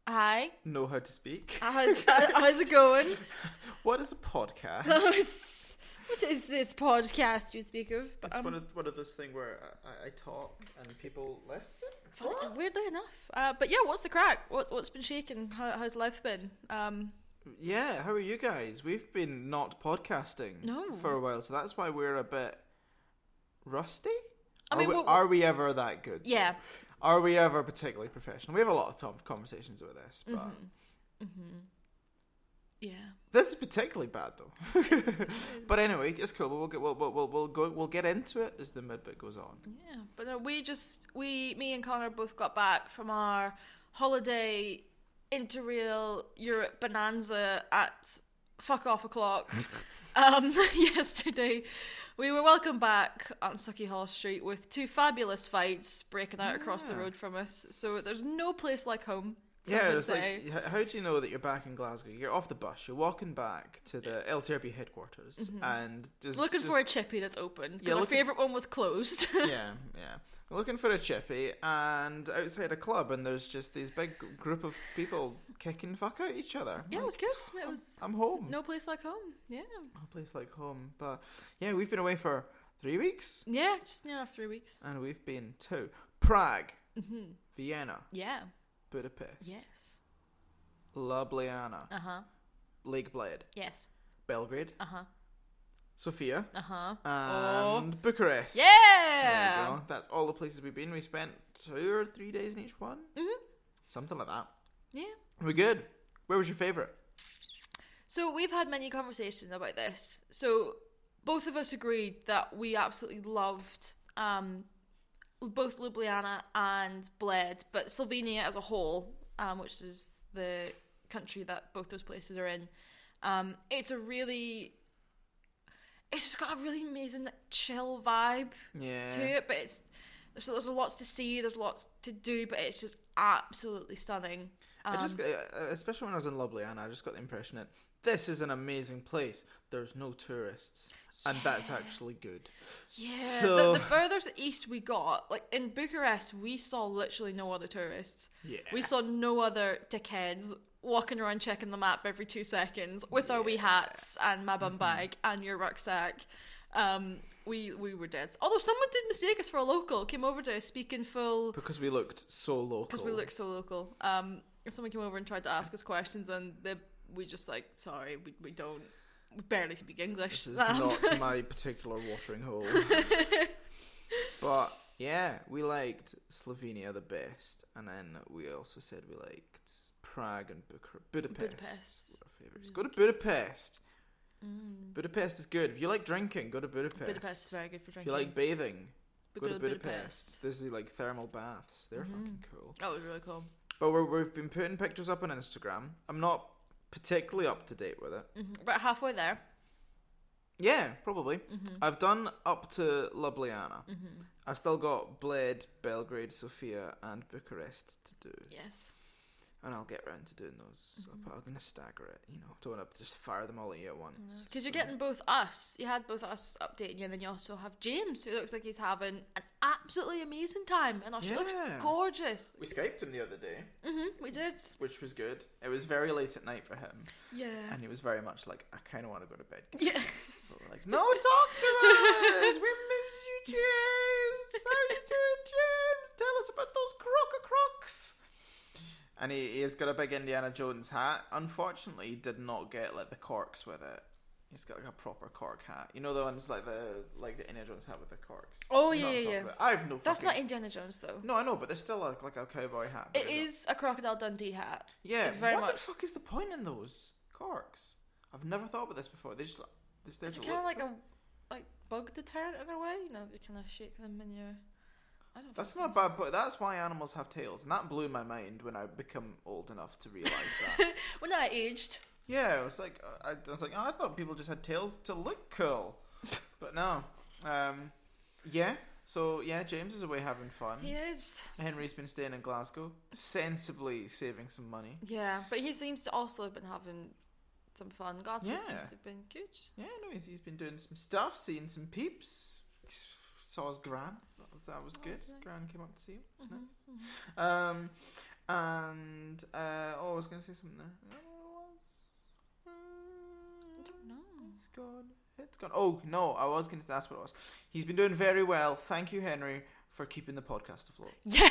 S6: Hi.
S3: Know how to speak.
S6: [laughs] How's, how's it [laughs] going?
S3: What is a podcast?
S6: [laughs] what is this podcast you speak of? But,
S3: It's
S6: um,
S3: one of one of those thing where I, I talk and people listen.
S6: fuck, weirdly enough. Uh, but yeah, what's the crack? What's what's been shaking? How, how's life been? Um,
S3: Yeah, how are you guys? We've been not podcasting
S6: No.
S3: for a while, so that's why we're a bit rusty.
S6: I
S3: are,
S6: mean,
S3: we,
S6: what-
S3: are we ever that good?
S6: yeah.
S3: Are we ever particularly professional? We have a lot of tough conversations with this,
S6: Mm-hmm.
S3: but
S6: Yeah.
S3: this is particularly bad
S6: [laughs]
S3: though. but anyway, it's cool. We'll get we'll, we'll, we'll, we'll go we'll get into it as the mid bit goes on.
S6: Yeah. But no, we just we me and Connor both got back from our holiday interrail Europe bonanza at fuck off
S3: [laughs]
S6: o'clock. um, [laughs] yesterday, we were welcome back on Sucky Hall Street with two fabulous fights breaking out across the
S3: Yeah.
S6: road from us. So there's no place like home. some
S3: Yeah,
S6: would
S3: it's
S6: say.
S3: like, h- how do you know that you're back in Glasgow? You're off the bus, you're walking back to the LTRB headquarters, and just
S6: Mm-hmm. looking
S3: just,
S6: for a chippy that's open because
S3: Yeah,
S6: our
S3: looking-
S6: favorite one was
S3: [laughs]
S6: closed. [laughs]
S3: yeah, yeah. Looking for a chippy, and outside a club, and there's just these big g- group of people kicking fuck out each other.
S6: yeah, it
S3: Like,
S6: was good. It was
S3: I'm home.
S6: no place like home. Yeah,
S3: No place like home. But yeah, we've been away for three weeks,
S6: yeah, just near enough three weeks.
S3: and we've been to Prague,
S6: hmm
S3: Vienna,
S6: Yeah.
S3: Budapest,
S6: Yes.
S3: Ljubljana,
S6: Uh huh.
S3: Lake Bled,
S6: Yes.
S3: Belgrade,
S6: Uh huh.
S3: Sofia,
S6: Uh huh. Oh.
S3: and Bucharest. There we
S6: Yeah.
S3: go. That's all the places we've been. We spent two or three days in each one,
S6: Mhm.
S3: something like that.
S6: Yeah.
S3: We're good. Where was your favorite?
S6: So we've had many conversations about this. So both of us agreed that we absolutely loved um, both Ljubljana and Bled, but Slovenia as a whole, um, which is the country that both those places are in, um, it's a really, it's just got a really amazing chill vibe
S3: Yeah.
S6: to it, but it's there's, there's lots to see, there's lots to do, but it's just absolutely stunning. Um,
S3: I just, uh, uh, especially when I was in Ljubljana, I just got the impression that this is an amazing place. There's no tourists, and that's actually good.
S6: Yeah,
S3: So-
S6: the, the furthest east we got, like in Bucharest, we saw literally no other tourists.
S3: Yeah.
S6: We saw no other dickheads walking around checking the map every two seconds with our wee hats and my
S3: Mm-hmm.
S6: bum bag and your rucksack. Um, we we were dead. Although someone did mistake us for a local, came over to us speaking full
S3: because we looked so local.
S6: because we look so local. Um, someone came over and tried to ask us questions, and they, we just like, sorry, we, we don't, we barely [laughs] speak English.
S3: This is
S6: Um,
S3: not my particular watering hole. but Yeah, we liked Slovenia the best, and then we also said we liked Prague and Bucharest. Budapest.
S6: Budapest. Mm,
S3: were our favorites. Go to Budapest. Budapest is good. If you like drinking, go to Budapest.
S6: Budapest is very good for
S3: If
S6: drinking.
S3: you like bathing,
S6: But
S3: go
S6: go
S3: to
S6: to Mm-hmm.
S3: Budapest. There's like thermal baths. They're fucking cool.
S6: That was really cool.
S3: But we're, we've been putting pictures up on Instagram. I'm not particularly up to date with it.
S6: Mm-hmm. About halfway there.
S3: Yeah, probably.
S6: Mm-hmm.
S3: I've done up to Ljubljana. I've still got Bled, Belgrade, Sofia, and Bucharest to do,
S6: Yes.
S3: and I'll get round to doing those.
S6: Mm-hmm.
S3: But I'm gonna stagger it. You know, don't want to just fire them all at you at once.
S6: Because you're getting both us. You had both us updating you, and then you also have James, who looks like he's having an absolutely amazing time. And oh, she looks
S3: Yeah.
S6: gorgeous.
S3: We skyped him the other day,
S6: hmm we did.
S3: which was good. It was very late at night for him,
S6: Yeah.
S3: and he was very much like, "I kind of want to go to bed."
S6: [laughs] Yeah.
S3: But we're like, "No, talk to us. we miss you, James. How you doing, James? Tell us about those crocker crocs." And he, he has got a big Indiana Jones hat. Unfortunately, he did not get like the corks with it. He's got like a proper cork hat. You know the ones like the like the Indiana Jones hat with the corks.
S6: Oh,
S3: You know
S6: yeah,
S3: what I'm
S6: yeah,
S3: talking
S6: yeah.
S3: about. I have no.
S6: That's
S3: fucking-
S6: not Indiana Jones, though.
S3: No, I know, but there's still a, like a cowboy hat. but
S6: It
S3: they're not-
S6: is a Crocodile Dundee hat.
S3: Yeah.
S6: It's very
S3: what the
S6: much-
S3: fuck is the point in those corks? I've never thought about this before. They just like, they're there
S6: It's
S3: to
S6: kind of
S3: look
S6: like a like bug deterrent in a way. You know, you kind of shake them and you're. I don't.
S3: That's
S6: fucking
S3: not a bad point. That's why animals have tails, and that blew my mind when I become old enough to realize
S6: [laughs]
S3: that.
S6: know. When I aged,
S3: yeah, I was like, I, I was like, oh, I thought people just had tails to look cool, but no. Um, yeah. So yeah, James is away having fun.
S6: he is.
S3: Henry's been staying in Glasgow, sensibly saving some money.
S6: Yeah, but he seems to also have been having some fun. Glasgow
S3: Yeah.
S6: seems to have been good.
S3: Yeah, no, he's, he's been doing some stuff, seeing some peeps. Saw his gran. That was, that was
S6: That
S3: good.
S6: was nice.
S3: Gran came up to see him. It was
S6: Mhm,
S3: nice. Um, and uh, oh, I was going to say something there. I don't know what it was.
S6: I don't know.
S3: It's gone. It's gone. Oh no, I was going to. That's what it was. He's been doing very well. Thank you, Henry, for keeping the podcast afloat.
S6: Yeah.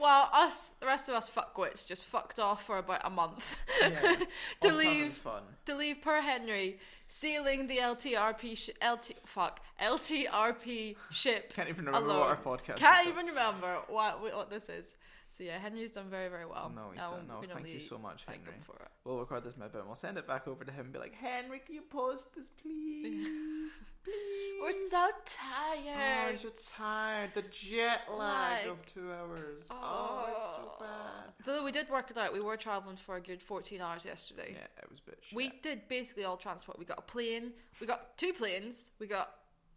S6: well, us, the rest of us fuckwits, just fucked off for about a month [laughs]
S3: Yeah.
S6: [laughs]
S3: All fun
S6: to
S3: and
S6: leave
S3: Fun.
S6: to leave per Henry sailing the LTRP sh- LT fuck LTRP ship.
S3: Can't even remember what
S6: Alone.
S3: our podcast. is
S6: Can't
S3: called.
S6: even remember what what this is. So yeah, Henry's done very very well.
S3: No, he's
S6: Um,
S3: done. No,
S6: we can
S3: thank you
S6: only
S3: so much,
S6: thank
S3: Henry.
S6: him for it.
S3: We'll record this mid bit and we'll send it back over to him and be like, Henry, can you post this,
S6: [laughs]
S3: please? please.
S6: We're so
S3: Oh,
S6: tired.
S3: you're tired. The jet lag
S6: Like-
S3: of two hours. Oh, it's so bad.
S6: Though we did work it out, we were traveling for a good fourteen hours yesterday.
S3: Yeah, it was a bit shit.
S6: We did basically all transport. We got a plane, we got two planes, we got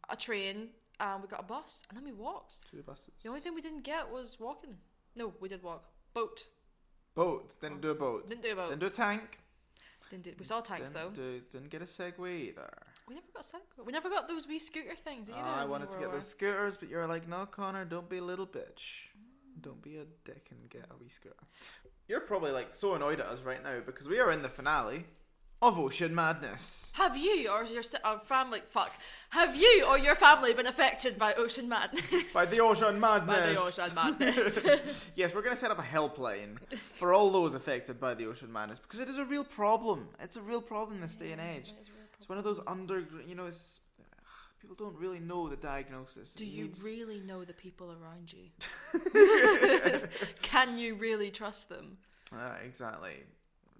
S6: a train, and we got a bus, and then we walked.
S3: Two buses.
S6: The only thing we didn't get was walking. No, we did walk. Boat.
S3: Boat. Didn't do a boat.
S6: Oh, Didn't do a boat.
S3: Didn't do a tank.
S6: Didn't do, we saw tanks
S3: didn't,
S6: though.
S3: Do, didn't get a Segway either. Ah,
S6: We never got a cycle. We never got those wee scooter things either.
S3: I
S6: when we
S3: wanted to
S6: were
S3: get
S6: away.
S3: those scooters, but you were like, no, Connor, don't be a little bitch. Don't be a dick and get a wee scooter. You're probably like so annoyed at us right now because we are in the finale of Ocean Madness.
S6: Have you or your si- uh, family? Fuck. Have you or your family been affected by ocean madness?
S3: By the Ocean Madness.
S6: [laughs] By the ocean madness.
S3: [laughs] Yes, we're going to set up a helpline for all those affected by the ocean madness because it is a real problem. It's a real problem in this day and age. It's one of those under, you know, it's people don't really know the diagnosis.
S6: Do
S3: It
S6: you
S3: needs-
S6: really know the people
S3: [laughs]
S6: around you? [laughs] Can you really trust them?
S3: Uh, exactly.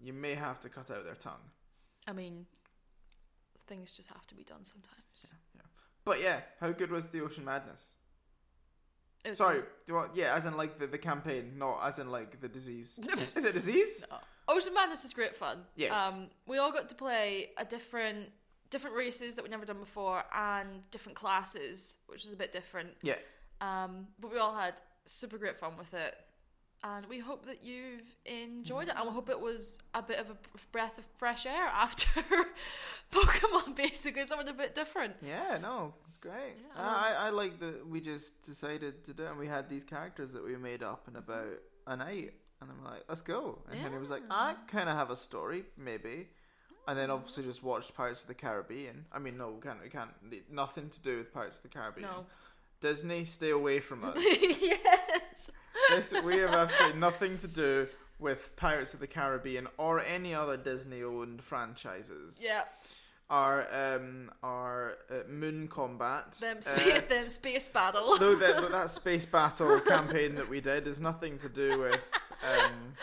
S3: You may have to cut out their tongue.
S6: I mean, things just have to be done sometimes.
S3: But yeah, how good was the ocean madness?
S6: It was-
S3: Sorry, do I, yeah, as in like the, the campaign, not as in like the disease. [laughs] is it disease?
S6: Ocean Madness was great fun.
S3: Yes.
S6: Um, we all got to play a different different races that we'd never done before and different classes, which was a bit different.
S3: Yeah.
S6: Um, but we all had super great fun with it. And we hope that you've enjoyed it. And we hope it was a bit of a breath of fresh air after [laughs] Pokemon, basically, something a bit different.
S3: Yeah, no, it's great.
S6: Yeah,
S3: I, I I like that we just decided to do it and we had these characters that we made up
S6: Mm-hmm.
S3: in about a night. And then we're like, let's go. And Henry was like, I kind of have a story, maybe. And
S6: Mm.
S3: then obviously just watched Pirates of the Caribbean. I mean, no, we can't, we can't, nothing to do with Pirates of the Caribbean.
S6: No.
S3: Disney, stay away from us.
S6: [laughs] yes.
S3: this, we have absolutely nothing to do with Pirates of the Caribbean or any other Disney owned franchises.
S6: Yeah.
S3: our um, our uh, moon combat.
S6: Them
S3: Uh,
S6: space, them space battle.
S3: though that, that space battle campaign that we did is nothing to do with. Um,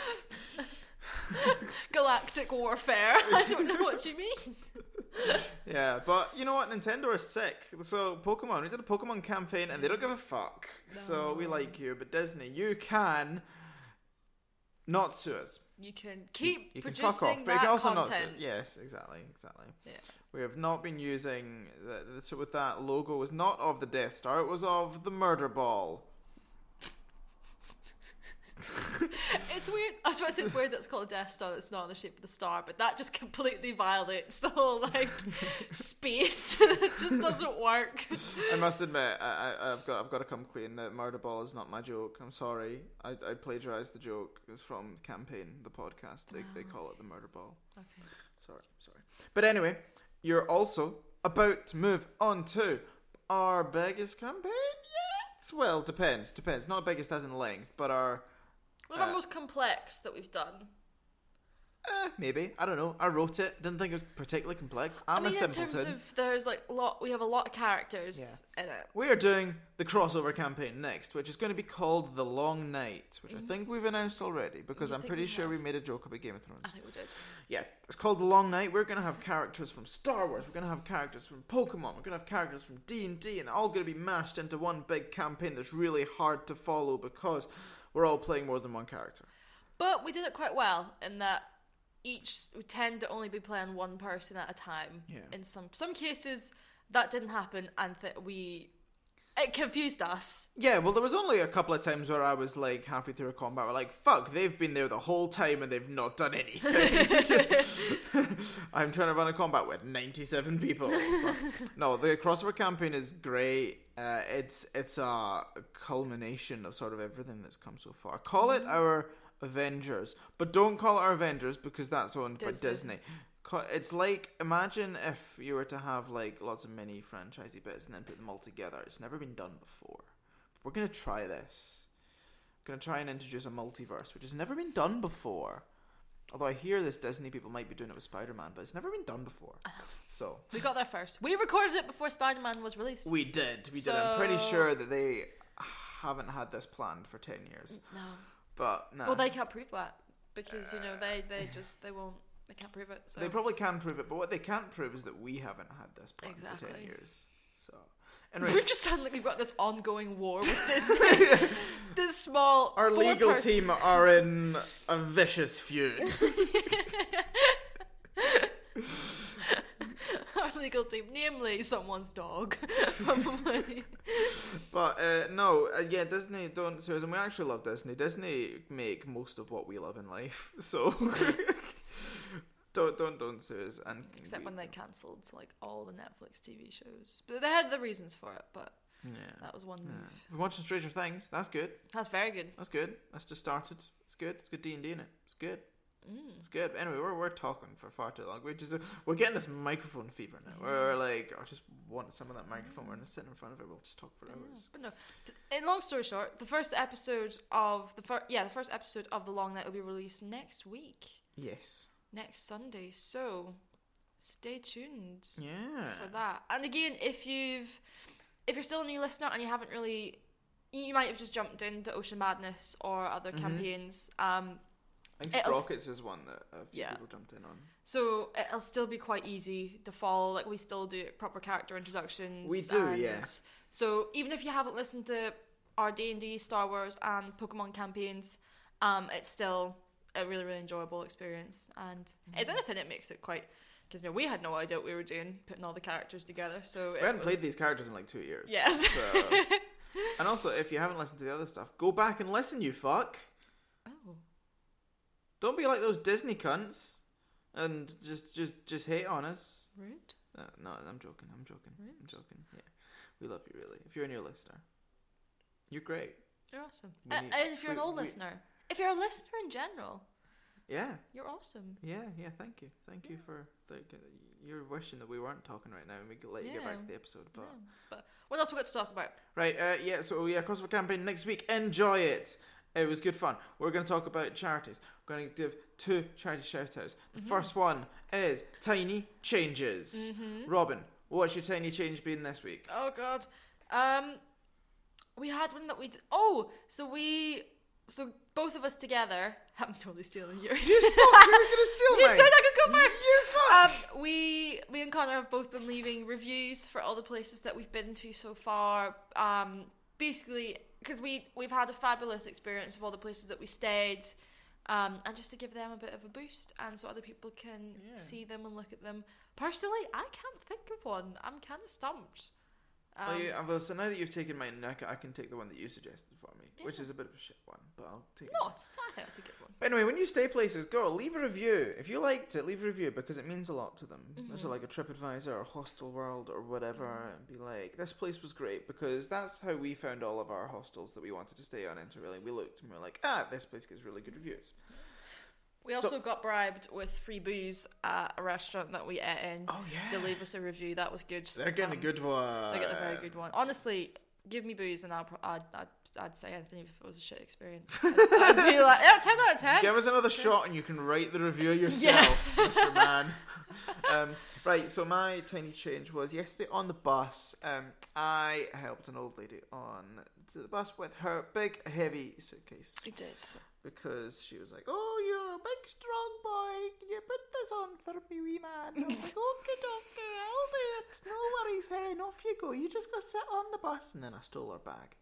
S6: [laughs] Galactic warfare. [laughs] I don't know what you mean.
S3: yeah, but you know what? Nintendo are sick. So Pokemon, we did a Pokemon campaign, and they don't give a fuck. So we like you, but Disney, you can not sue us.
S6: You can keep
S3: You can
S6: producing
S3: fuck off, but you
S6: that
S3: can also not.
S6: content.
S3: Sue. Yes, exactly, exactly.
S6: Yeah.
S3: We have not been using the, the, so with that logo was not of the Death Star. It was of the Murder Ball.
S6: It's weird. I was about to say it's weird that it's called a Death Star. That's not in the shape of the star, but that just completely violates the
S3: [laughs]
S6: whole like space. [laughs] it just doesn't work.
S3: I must admit, I, I, I've got I've got to come clean that murder ball is not my joke. I'm sorry. I, I plagiarized the joke. It's from the campaign, the podcast. They, they call it the murder ball.
S6: Okay.
S3: Sorry, sorry. But anyway, you're also about to move on to our biggest campaign yet. Well, depends. Depends. Not biggest as in length, but our
S8: One of
S3: Uh,
S8: our most complex that we've done.
S3: eh, maybe I don't know. I wrote it. Didn't think it was particularly complex. I'm
S8: I
S3: a
S8: mean, in
S3: simpleton.
S8: terms of there's like lot, we have a lot of characters in it.
S3: We are doing the crossover campaign next, which is going to be called The Long Night, which I think we've announced already because
S6: Mm-hmm. You
S3: I'm
S6: think
S3: pretty
S6: we
S3: sure we
S6: have? Ah.
S3: made a joke about Game of Thrones.
S6: I think we did.
S3: Yeah, it's called The Long Night. We're going to have characters from Star Wars, we're going to have characters from Pokemon, we're going to have characters from D&D and all going to be mashed into one big campaign that's really hard to follow because we're all playing more than one character.
S6: But we did it quite well in that each we tend to only be playing one person at a time.
S3: Yeah.
S6: In some some cases, that didn't happen, and that we it confused us.
S3: Yeah, well, there was only a couple of times where I was like halfway through a combat, we're like, "Fuck, they've been there the whole time and they've not done
S6: [laughs]
S3: anything." I'm trying to run a combat with 97 people. But- no, the crossover campaign is great. Uh, it's it's a culmination of sort of everything that's come so far. Call it our Avengers, but don't call it our Avengers because that's owned by
S6: Disney.
S3: Disney. Co- It's like imagine if you were to have like lots of mini franchisey bits and then put them all together. It's never been done before. We're gonna try this. We're gonna try and introduce a multiverse, which has never been done before. Although I hear this Disney people might be doing it with Spider Man, but it's never been done before. So
S6: We got there first. We recorded it before Spider Man was released.
S3: we did, we did. I'm pretty
S6: So-
S3: sure that they haven't had this planned for ten years.
S6: no.
S3: But no,
S6: Well, they can't prove that because you know they they just they won't they can't prove it. So
S3: Uh. They probably can prove it, but what they can't prove is that we haven't had this plan for ten
S6: Exactly.
S3: years. So, anyway,
S6: We've just suddenly got this ongoing war with Disney.
S3: [laughs]
S6: this small
S3: our
S6: four
S3: legal
S6: per-
S3: team are in a vicious
S6: [laughs]
S3: feud.
S6: our legal team, namely someone's dog, [laughs] probably.
S3: But uh, no, uh, yeah, Disney don't sue us, and we actually love Disney. Disney make most of what we love in life, [laughs]
S6: [laughs]
S3: so don't don't don't sue us. And
S6: Except
S3: we-
S6: when they cancelled like all the Netflix TV shows, but they had the reasons for it. But
S3: yeah,
S6: that was one
S3: yeah.
S6: move.
S3: we're watching Stranger Things. That's good.
S6: That's very good.
S3: That's good. That's just started. It's good. It's good D and D in it. It's good.
S6: Mm.
S3: It's good. But anyway, we're, we're talking for far too long. We're just we're getting this microphone fever now. We're like, I just want some of that microphone. We're gonna sit in front of it. We'll just talk for hours.
S6: But no, th- in long story short, the first episode of the first yeah the first episode of the Long Night will be released next week,
S3: Yes.
S6: next Sunday. So stay tuned.
S3: Yeah.
S6: for that. And again, if you've if you're still a new listener and you haven't really you might have just jumped into Ocean Madness or other campaigns. Um,
S3: I think
S6: It'll s-
S3: Sprockets is one that a few
S6: Yeah.
S3: people jumped in on.
S6: so it'll still be quite easy to follow. Like we still do proper character introductions.
S3: We do,
S6: and-
S3: yeah.
S6: So even if you haven't listened to our D and D, Star Wars, and Pokemon campaigns, um, it's still a really really enjoyable experience. And
S3: Mm-hmm.
S6: if anything, it makes it quite because you know, we had no idea what we were doing putting all the characters together. So
S3: We hadn't played these characters in like two years.
S6: Yes. [laughs]
S3: So. and also, if you haven't listened to the other stuff, go back and listen, you fuck.
S6: Oh.
S3: Don't be like those Disney cunts and just just just hate on us.
S6: Rude.
S3: Uh, no, I'm joking. I'm joking. I'm joking. Yeah, we love you really. If you're a new listener, you're great.
S6: You're awesome.
S3: We
S6: Uh,
S3: need-
S6: and if you're
S3: we-
S6: an old
S3: we-
S6: listener, if you're a listener in general,
S3: Yeah,
S6: you're awesome.
S3: yeah, yeah. Thank you. Thank you for the, you're wishing that we weren't talking right now and we could let you get back
S6: Yeah.
S3: to the episode, but.
S6: What else we got to talk about?
S3: Right, uh, yeah, so yeah, crossover campaign next week. Enjoy it. It was good fun. We're going to talk about charities. We're going to give two charity shout outs. The
S6: Mm-hmm.
S3: first one is Tiny Changes.
S6: Mm-hmm.
S3: Robin, what's your tiny change been this week?
S6: Oh god. Um we had one that we d- Oh, so we so both of us together [laughs] I'm totally stealing yours.
S3: You thought you were going to steal
S6: [laughs] You
S3: mine.
S6: said I could go first.
S3: You fuck.
S6: Um, we, me and Connor have both been leaving reviews for all the places that we've been to so far. Um, basically, because we we've had a fabulous experience of all the places that we stayed, um, and just to give them a bit of a boost, and so other people can see them and look at them. Personally, I can't think of one. I'm kind of stumped. Um,
S3: Well, you- uh, well, so now that you've taken mine, I ca- I can take the one that you suggested for me, which
S6: Yeah.
S3: is a bit of a shit one, but I'll take
S6: no,
S3: it.
S6: it's- I think that's a good one.
S3: But anyway, when you stay places, go leave a review. If you liked it, leave a review because it means a lot to them. There's like a TripAdvisor or Hostel World or whatever, and be like, "This place was great," because that's how we found all of our hostels that we wanted to stay on. Interrailing, we looked and we were like, "Ah, this place gets really good reviews."
S6: We
S3: So-
S6: also got bribed with free booze at a restaurant that we ate in.
S3: Oh, yeah.
S6: to leave us a review. That was good.
S3: They're getting
S6: Um,
S3: a good one.
S6: They get a very good one. Honestly, give me booze and I'll pro- I'd, I'd, I'd say anything if it was a
S3: [laughs]
S6: shit experience. I'd, I'd be like, yeah, 10 out of 10.
S3: Give us another shot and you can write the review yourself, Mr. Man. Um, right, so my tiny change was yesterday on the bus, um, I helped an old lady on to the bus with her big, heavy suitcase
S6: I did.
S3: because she was like, Oh, you're a big, strong boy. Can you put this on for me, wee man? I was like, Okay, okay, I'll do it. No worries, hen. Off you go. You just go sit on the bus. And then I stole her bag.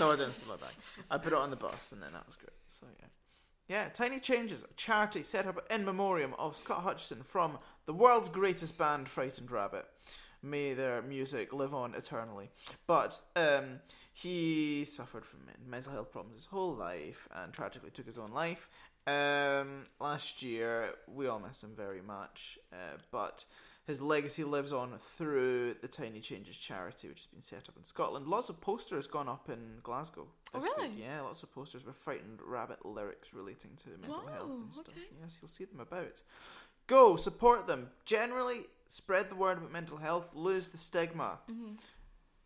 S3: no, I didn't steal her bag. I put it on the bus, and then that was great. So, yeah. Yeah, Tiny Changes, a charity set up in memoriam of Scott Hutchison from the world's greatest band, Frightened Rabbit. May their music live on eternally. But um, he suffered from men- mental health problems his whole life and tragically took his own life. Um, last year, we all miss him very much, uh, but his legacy lives on through the Tiny Changes charity, which has been set up in Scotland. Lots of posters gone up in Glasgow.
S6: Oh,
S3: this
S6: really?
S3: Week. Yeah, lots of posters with frightened rabbit lyrics relating to mental health and
S6: Wow,
S3: stuff.
S6: okay.
S3: Yes, you'll see them about. Go support them. Generally, spread the word about mental health. Lose the stigma,
S6: Mm-hmm.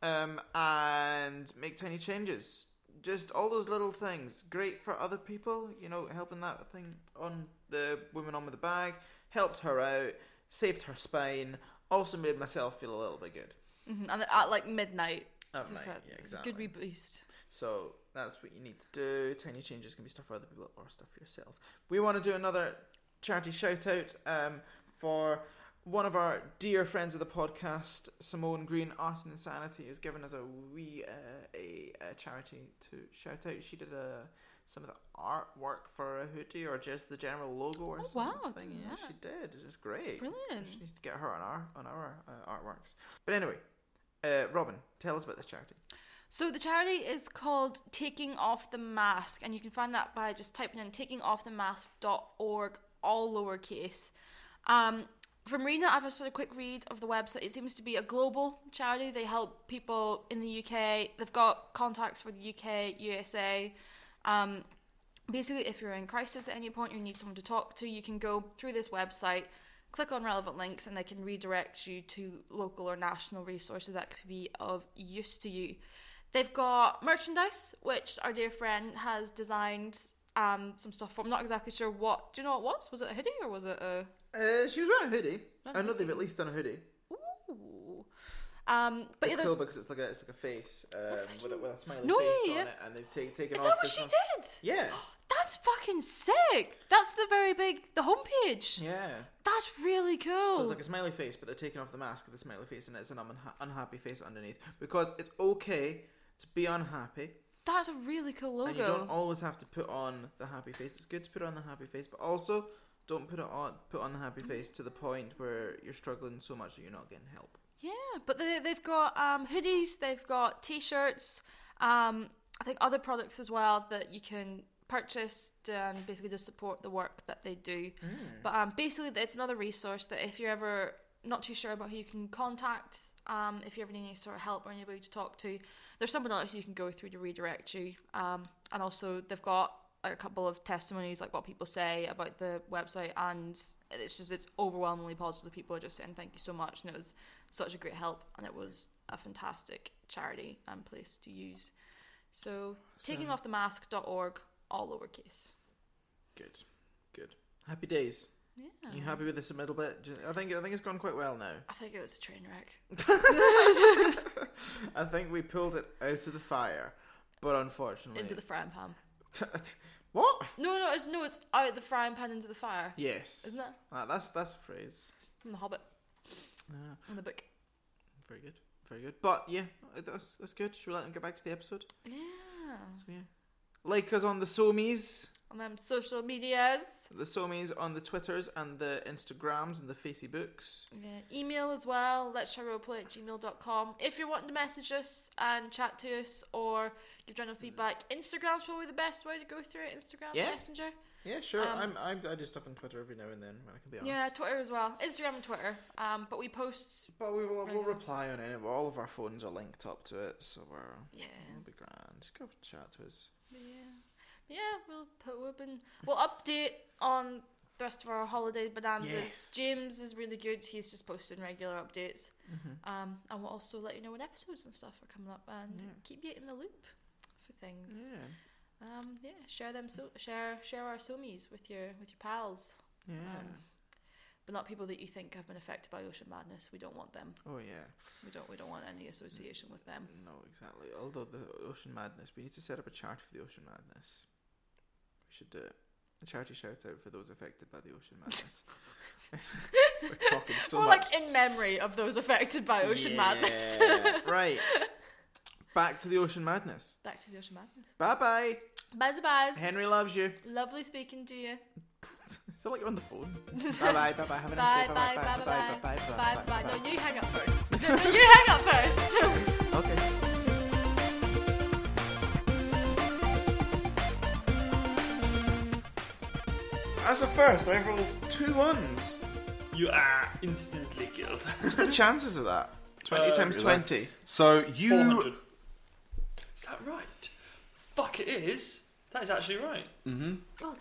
S3: um, and make tiny changes. Just all those little things. Great for other people. You know, helping that thing on the woman on with the bag helped her out, saved her spine. Also made myself feel a little bit good.
S6: hmm And at like midnight.
S3: At
S6: it's
S3: night,
S6: a-
S3: yeah,
S6: It's a good
S3: exactly.
S6: wee boost.
S3: So that's what you need to do. Tiny changes can be stuff for other people or stuff for yourself. We want to do another charity shout out um, for one of our dear friends of the podcast, Simone Green, Art and Insanity, has given us a wee uh, a, a charity to shout out. She did a some of the artwork for a hoodie or just the general logo or
S6: Oh, wow,
S3: something.
S6: do
S3: Yeah,
S6: that.
S3: she did. It was great.
S6: Brilliant.
S3: She needs to get her on our on our uh, artworks. But anyway, uh, Robin, tell us about this charity.
S6: So the charity is called Taking Off the Mask, and you can find that by just typing in takingoffthemask.org, all lowercase. Um, from reading that, I've just had a quick read of the website. It seems to be a global charity. They help people in the UK. They've got contacts for the UK, USA. Um, basically, if you're in crisis at any point, you need someone to talk to, you can go through this website, click on relevant links, and they can redirect you to local or national resources that could be of use to you. They've got merchandise, which our dear friend has designed um, some stuff for. I'm not exactly sure what. Do you know what it was? Was it a hoodie or was it a.
S3: Uh, she was wearing a hoodie.
S6: Oh.
S3: I know they've at least done a hoodie.
S6: Ooh. Um, but yeah,
S3: it's
S6: there's-
S3: cool because it's like a it's like a face um, with, a, with a smiley
S6: No,
S3: face
S6: yeah,
S3: on
S6: yeah.
S3: it, and they've ta- taken
S6: Is
S3: off.
S6: that what
S3: the
S6: she
S3: sun-
S6: did? [gasps] Oh.
S3: Yeah,
S6: That's fucking sick. That's the very big the homepage.
S3: yeah.
S6: That's really cool.
S3: So it's like a smiley face, but they're taking off the mask of the smiley face, and it's an unha- unhappy face underneath because it's okay to be unhappy,
S6: That's a really cool
S3: and you don't
S6: logo.
S3: always have to put on the happy face. It's good to put on the happy face, but also don't put it on put on the
S6: Mm.
S3: happy face to the point where you're struggling so much that you're not getting help.
S6: Yeah, but they, they've got um, hoodies, they've got t-shirts, um, I think other products as well that you can purchase and basically just support the work that they do. But um, basically, it's another resource that if you're ever not too sure about who you can contact, um, if you ever need any sort of help or anybody to talk to, there's someone else you can go through to redirect you. Um, and also, they've got like, a couple of testimonies, like what people say about the website, and it's just it's overwhelmingly positive. People are just saying thank you so much, and it was such a great help, and it was a fantastic charity and place to use So, takingoffthemask.org, all lowercase.
S1: Good. Good.
S3: Happy days.
S6: Yeah.
S3: You happy with this a little bit? Do you- I think I think it's gone quite well
S6: [laughs]
S3: now. [laughs]
S6: I think it was a train wreck.
S3: I think we pulled it out of the fire, but unfortunately, [laughs]
S6: Into the frying pan.
S3: what?
S6: [laughs] No, no, it's no, it's out the frying pan into the fire.
S3: Yes,
S6: Isn't it?
S3: Ah, that's that's a phrase.
S6: From The Hobbit.
S3: Ah.
S6: In the book.
S3: Very good, very good. But yeah, that's that's good. Should we let them get back to the episode?
S6: Yeah.
S3: So, yeah. Like us on the Somies,
S6: On them social medias.
S3: the Somies on the Twitters and the Instagrams and the Facebooks.
S6: Yeah. Email as well, let's try roleplay at gmail.com. If you're wanting to message us and chat to us or give general feedback, Instagram's probably the best way to go through it. Instagram
S3: Yeah.
S6: Messenger.
S3: Yeah, sure.
S6: Um,
S3: I'm, I'm I do stuff on Twitter every now and then when I can be honest.
S6: Yeah, Twitter as well. Instagram and Twitter. Um, but we post.
S3: But we will we'll
S6: Regular.
S3: reply on it. All of our phones are linked up to it, so we're
S6: Yeah.
S3: it'll be grand. Go chat to us.
S6: Yeah. Yeah, we'll put we've been we'll update on the rest of our holiday bonanzas.
S3: Yes.
S6: James is really good. He's just posting regular updates. Um, and we'll also let you know when episodes and stuff are coming up and
S3: Yeah.
S6: keep you in the loop for things.
S3: Yeah,
S6: Um, yeah, share them so share share our somies with your with your pals.
S3: yeah.
S6: Um, But not people that you think have been affected by ocean madness. We don't want them.
S3: oh yeah.
S6: We don't we don't want any association with them.
S3: No, exactly. Although the Ocean Madness, we need to set up a charity for the Ocean Madness. We should do it. A charity shout out for those affected by the Ocean Madness. We're talking so
S6: or
S3: much.
S6: like in memory of those affected by ocean madness. [laughs]
S3: right. Back to the Ocean Madness.
S6: Back to the ocean madness.
S3: Bye bye.
S6: Bye byes.
S3: Henry loves you. [laughs]
S6: Lovely speaking to you.
S3: Is that like you're on the phone? bye
S6: [laughs]
S3: bye. Bye bye. Have a nice
S6: Bye
S3: day.
S6: bye
S3: Bye
S6: bye bye bye bye bye.
S3: bye.
S6: No, you hang up first. [laughs] No, you hang up first. [laughs]
S3: Okay. As a first, I rolled two ones.
S5: You are instantly [laughs] killed.
S3: What's the chances
S1: [laughs]
S3: of that? 20
S5: Uh,
S3: times
S5: really?
S3: 20.
S1: So you
S5: 400. Is that right? Fuck, it is. That is actually right.
S4: Well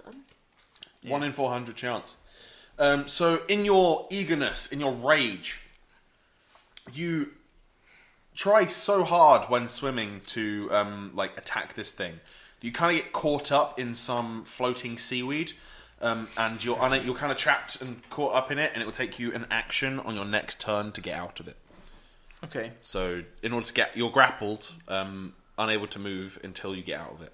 S4: done.
S1: one in four hundred chance. Um, so in your eagerness, in your rage, you try so hard when swimming to um, like attack this thing. You kind of get caught up in some floating seaweed, um, and you're un- you're kind of trapped and caught up in it, and it will take you an action on your next turn to get out of it.
S3: Okay.
S1: So in order to get, you're grappled, um, unable to move until you get out of it.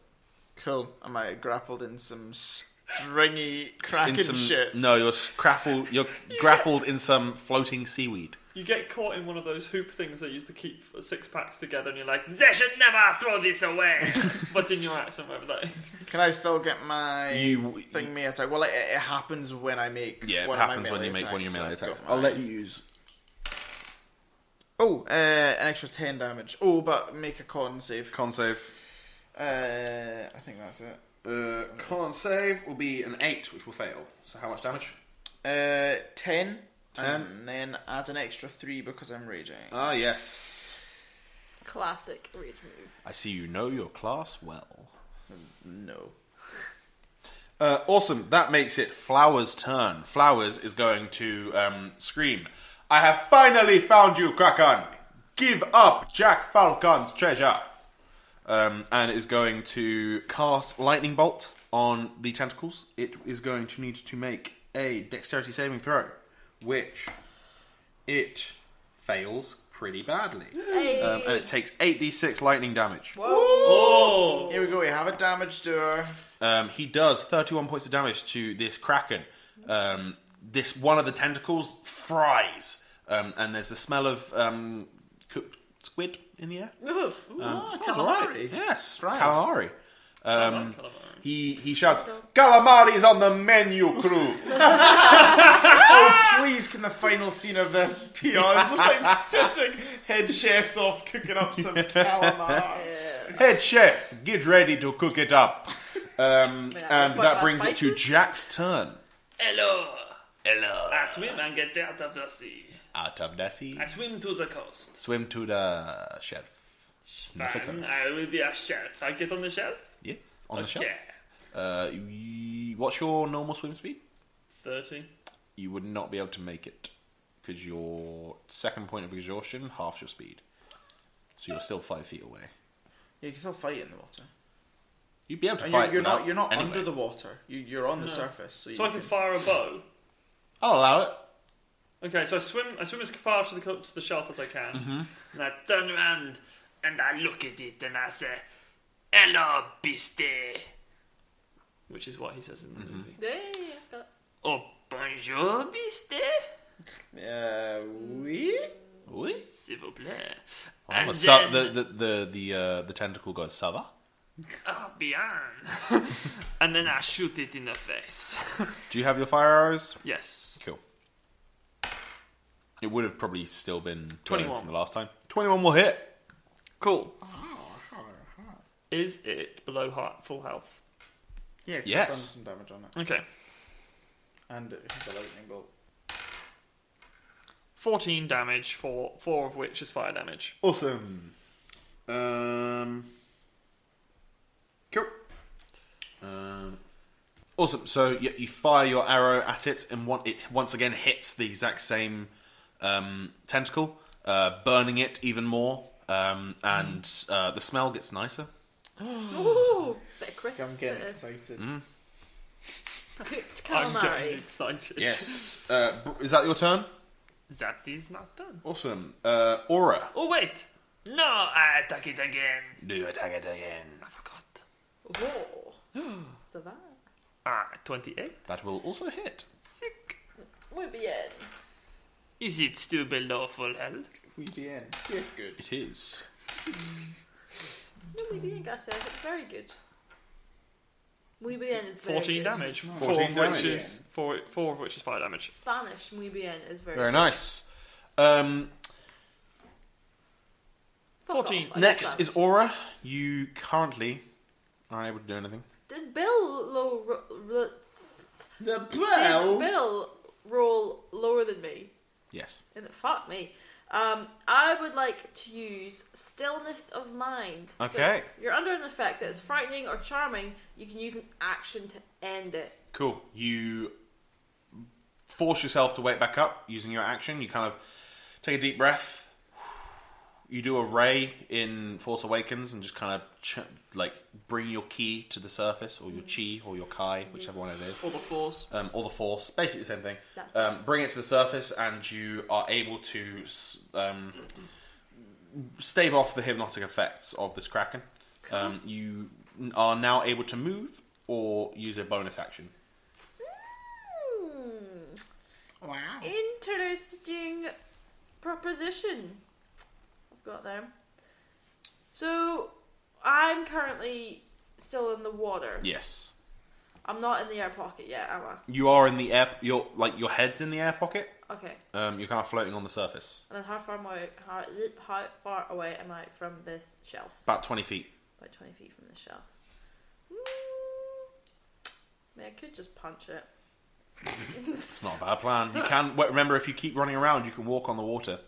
S3: Cool. I might have grappled in some stringy, cracking
S1: in some
S3: shit.
S1: no, you're grappled.
S3: [laughs]
S1: You're grappled in some floating seaweed.
S5: You get caught in one of those hoop things they used to keep six packs together, and you're like, they should never throw this [laughs] away! but in your accent, whatever that is.
S3: Can I still get my
S1: You-
S3: thing me attack? Well, it, it happens when I make
S1: Yeah, it
S3: one of my
S1: happens when you
S3: melee
S1: make one of your
S3: attacks, so
S1: melee
S3: I've got
S1: attacks.
S3: my-
S1: I'll let you use.
S3: Oh, uh, an extra 10 damage. Oh, but make a con save.
S1: Con save.
S3: Uh, I think that's it.
S1: Uh, con save will be an eight, which will fail. So how much damage?
S3: Uh, 10.
S1: 10.
S3: And then add an extra 3 because I'm raging.
S1: Ah, yes.
S4: Classic rage move.
S1: I see you know your class well.
S3: no.
S1: Uh, awesome. That makes it Flowers' turn. Flowers is going to um, scream. I have finally found you, Kraken. Give up Jack Falcon's treasure. Um, and is going to cast lightning bolt on the tentacles. It is going to need to make a dexterity saving throw, which it fails pretty badly,
S4: Hey.
S1: um, and it takes eight d6 lightning damage.
S5: Oh!
S3: Here we go, we have a damage doer.
S1: Um, he does 31 points of damage to this kraken. Um, this one of the tentacles fries, um, and there's the smell of um, cooked squid in the air. Um, smells alright. Yes, calamari.
S5: Oh,
S1: Um,
S5: Calamari.
S1: he he shouts, "Calamari's on the menu, [laughs] crew."
S3: Please, can the final scene of this be
S1: [laughs]
S3: us like sitting head chefs off cooking up some calamari?
S1: Head chef, get ready to cook it up. Um,
S4: Yeah,
S1: and
S4: but
S1: that
S4: our
S1: brings it to
S4: spices?
S1: Jack's turn.
S5: Hello!
S1: Hello,
S5: I swim and get out of the sea.
S1: out of the sea.
S5: I swim to the coast.
S1: Swim to the shelf. Sniff the
S5: Then
S1: coast.
S5: I will be a shelf. I get on the shelf?
S1: Yes, on the
S5: okay.
S1: shelf. Uh, y- what's your normal swim speed?
S5: 30.
S1: You would not be able to make it because your second point of exhaustion half your speed, so you're still five feet away.
S3: You can still fight in the water.
S1: You'd be able to
S3: And
S1: fight.
S3: you're, you're not
S1: without-
S3: you're not
S1: anyway.
S3: under the water. You, you're on the
S5: No.
S3: surface. So, you
S5: So I can fire a bow.
S1: I'll allow it.
S5: Okay, so I swim. I swim as far to the co- to the shelf as I can,
S1: Mm-hmm.
S5: and I turn around and I look at it and I say, "Hello, beastie," which is what he says in the
S1: Mm-hmm.
S5: movie.
S6: Yeah, yeah, yeah, got it.
S5: Oh, bonjour, beastie,
S3: Uh, we.
S1: Oui.
S5: s'il vous plaît.
S1: Oh,
S5: and
S1: so,
S5: then,
S1: the the the the, uh, the tentacle goes Sava.
S5: "Ah, bien," [laughs] and then I shoot it in the face. [laughs]
S1: Do you have your fire arrows?
S5: yes,
S1: Cool. It would have probably still been 21
S5: 21.
S1: from the last time. 21 will hit.
S5: cool. Is it below heart, full health?
S3: Yeah, 'cause
S1: Yes.
S3: I've done some damage on it,
S5: Okay,
S3: and it hit the lightning bolt.
S5: fourteen damage for four of which is fire damage.
S9: Awesome. Um. Cool.
S1: Um, awesome. So you, you fire your arrow at it, and one, it once again hits the exact same um, tentacle, uh, burning it even more. Um, and uh, the smell gets nicer.
S6: Ooh, bit of crisp.
S3: I'm getting
S6: bit of
S3: excited.
S1: Mm.
S6: cooked
S5: I'm
S6: calamari.
S5: getting excited.
S1: Yes. uh, Br- is that your turn?
S5: That is not done.
S1: Awesome. Uh, aura.
S5: Oh wait! No, I attack it again.
S1: Do attack it again.
S5: I forgot.
S6: Whoa. Survive.
S5: Ah, 28.
S1: That will also hit.
S5: Sick.
S6: We'll be in.
S5: Is it still below full health?
S3: We be in. Yes, good.
S1: It is.
S6: No, we'll be in, guys. I think Very good. Muy bien is very
S5: 14
S6: good.
S5: damage. four
S1: 14
S5: of
S1: damage.
S5: which is four, four of which is fire damage.
S6: Spanish, muy bien is very,
S1: Very
S6: good.
S1: nice. Um,
S6: Fuck
S5: 14.
S6: off, I
S1: next
S6: love
S1: is
S6: Spanish.
S1: aura. You currently aren't able to do anything.
S6: Did Bill low. Ro- ro-
S3: The
S6: did
S3: bell.
S6: Bill roll lower than me?
S1: Yes.
S6: In the fuck me. Um, I would like to use stillness of mind. So
S1: Okay.
S6: you're under an effect that is frightening or charming. You can use an action to end it.
S1: Cool. You force yourself to wake back up using your action. You kind of take a deep breath. You do a ray in Force Awakens and just kind of ch- like bring your ki to the surface, or your chi, or your kai, whichever one it is,
S5: Or the force.
S1: um, or the Force. Basically, the same thing.
S6: That's it.
S1: Um, bring it to the surface, and you are able to s- um, stave off the hypnotic effects of this kraken. Um, you are now able to move or use a bonus action.
S6: Hmm.
S3: Wow.
S6: Interesting proposition. I've got them. So I'm currently still in the water.
S1: Yes.
S6: I'm not in the air pocket yet, am I?
S1: You are in the air. Your like your head's in the air pocket.
S6: Okay.
S1: Um, you're kind of floating on the surface,
S6: And then how far am I? How, how far away am I from this shelf?
S1: about twenty feet.
S6: About 20 feet from the shelf. Mm. I mean, I could just punch it.
S1: It's not a bad plan. [laughs] You can well, remember if you keep running around, you can walk on the water.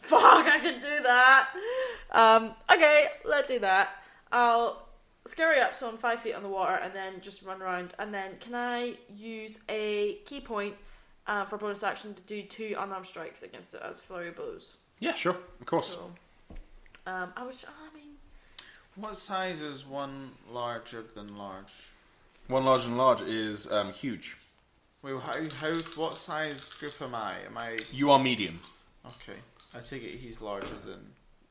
S6: Fuck, I can do that. Um, okay, let's do that. I'll scurry up so I'm five feet on the water and then just run around. And then can I use a key point uh, for bonus action to do two unarmed strikes against it as flurry of blows?
S1: Yeah, sure, of course.
S6: So, um, I was, I mean,
S3: What size is one larger than large?
S1: One large and large is um, huge.
S3: Wait, how, how, what size group am I? Am I
S1: You are medium.
S3: okay? I take it he's larger than.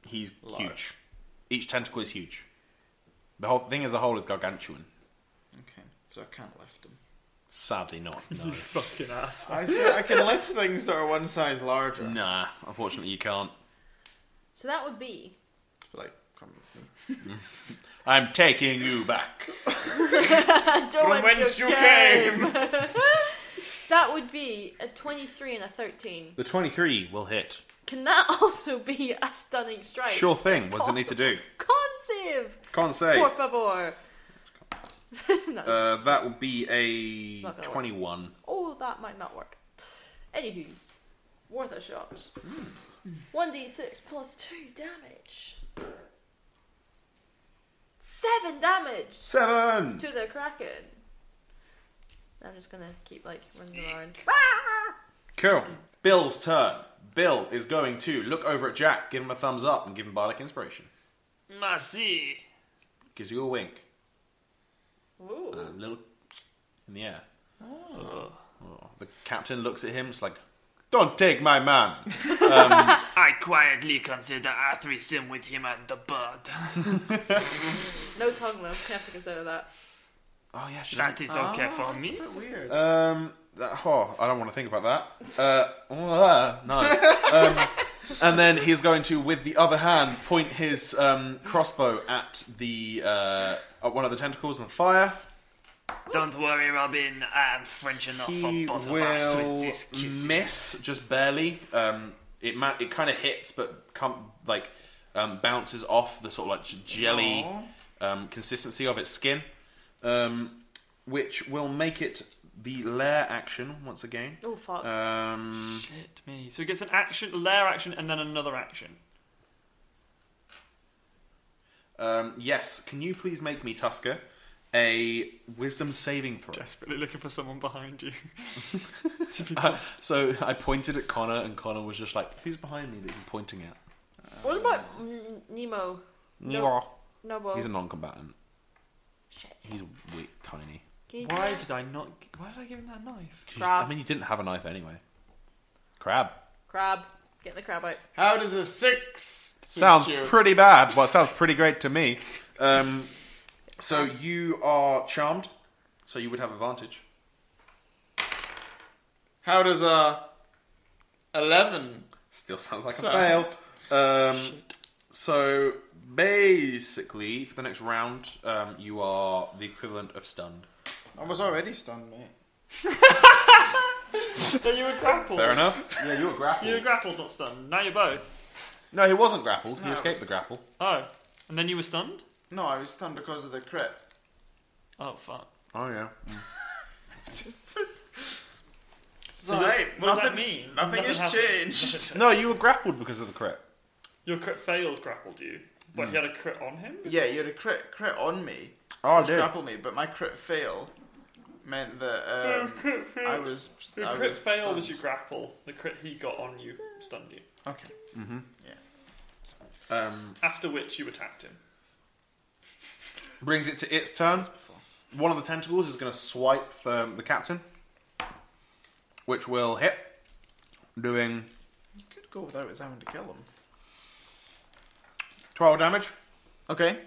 S1: He's
S3: Large.
S1: huge. Each tentacle is huge. The whole thing as a whole is gargantuan.
S3: Okay, so I can't lift him.
S1: Sadly, not. [laughs] No.
S5: Fucking ass.
S3: I said I
S5: [laughs]
S3: can lift things that are one size larger.
S1: nah, unfortunately, you can't.
S6: so that
S4: [laughs]
S6: would be.
S3: Like, come with me.
S1: I'm taking you back.
S6: From
S4: whence you came.
S6: [laughs] that would be a 23 and a 13.
S1: The 23 will hit.
S6: Can that [laughs] also be a stunning strike?
S1: Sure thing. What does it need to do?
S6: Consive!
S1: Can't say.
S6: Por favor. [laughs] That's-
S1: Uh, that will be a
S6: not gonna work.
S1: 21.
S6: oh, that might not work. Anywho's, worth a shot. 1d6 plus 2 damage. 7 damage
S1: Seven!
S6: to the Kraken. I'm just gonna keep like running around.
S1: Cool. Bill's turn. Bill is going to look over at Jack, give him a thumbs up, and give him Bardic Inspiration.
S5: Merci.
S1: Gives you a wink.
S6: Ooh.
S1: A little in the air. Oh. The captain looks at him, it's like, Don't take my man!
S5: I quietly consider our threesome with him and the bird. [laughs]
S6: No tongue love. You have to consider that.
S1: oh, yeah, she
S5: That is okay
S3: Oh,
S5: for me. Uh,
S3: Weird.
S1: Um, that, oh, I don't want to think about that. Uh, uh, no. Um, and then he's going to, with the other hand, point his um, crossbow at the uh, at one of the tentacles and fire.
S5: Don't worry, Robin. I am French enough
S1: He
S5: for both of us with
S1: will
S5: this kiss.
S1: miss just barely. Um, it ma- it kind of hits, but come like um, bounces off the sort of like j- jelly um, consistency of its skin, um, which will make it the lair action once again.
S6: Oh fuck.
S4: Uh,
S1: Um,
S5: Shit me. So he gets an action, lair action, and then another action.
S1: Um, yes, can you please make me Tusker a wisdom saving throw?
S5: Desperately looking for someone behind you. [laughs] to be
S1: Uh, so I pointed at Connor, and Connor was just like, "Who's behind me?" That he's pointing at.
S6: what about N- Nemo? Nemo. Nobo.
S1: He's a non-combatant.
S6: Shit.
S1: He's weak, tiny.
S6: Can you
S5: Why
S6: do
S5: did I not? Why did I give him that knife?
S1: 'Cause you-
S6: Crab.
S1: I mean, you didn't have a knife anyway. Crab.
S6: crab? Get the crab out.
S4: How does a six? suit
S1: Sounds
S4: you?
S1: pretty bad. Well, it sounds pretty great to me. Um, so you are charmed, so you would have advantage.
S4: How does
S3: uh,
S4: a eleven?
S1: Still sounds like
S4: So-
S1: a fail. Um, so basically, for the next round, um, you are the equivalent of stunned.
S3: I was already stunned, mate.
S5: Then you were grappled.
S1: Fair enough. yeah, you were grappled.
S5: You were grappled, not stunned. Now you're both.
S1: No, he wasn't grappled. he
S3: No,
S1: escaped
S3: it
S1: the grapple.
S5: Oh, and then you were stunned.
S3: No, I was stunned because of the crit.
S5: Oh fuck.
S1: Oh yeah.
S3: So right,
S5: what does
S3: nothing,
S5: that
S3: Nothing,
S5: mean? Nothing
S3: has
S5: happened.
S3: changed. [laughs]
S5: [laughs]
S1: No, you were grappled because of the crit.
S5: Your crit failed, grappled you. But he had a crit on him.
S3: yeah, you had a crit crit on me,
S1: Oh, I
S3: which grappled me, but my crit fail meant that um, I was.
S5: The
S3: I
S5: crit
S3: was
S5: failed
S3: stunned.
S5: as you grapple. The crit he got on you stunned you.
S3: Okay.
S1: Um,
S5: After which you attacked him.
S1: brings it to its turns. One of the tentacles is going to swipe um, the captain, which will hit, doing
S3: You could go without us having to kill him.
S1: twelve damage.
S3: Okay.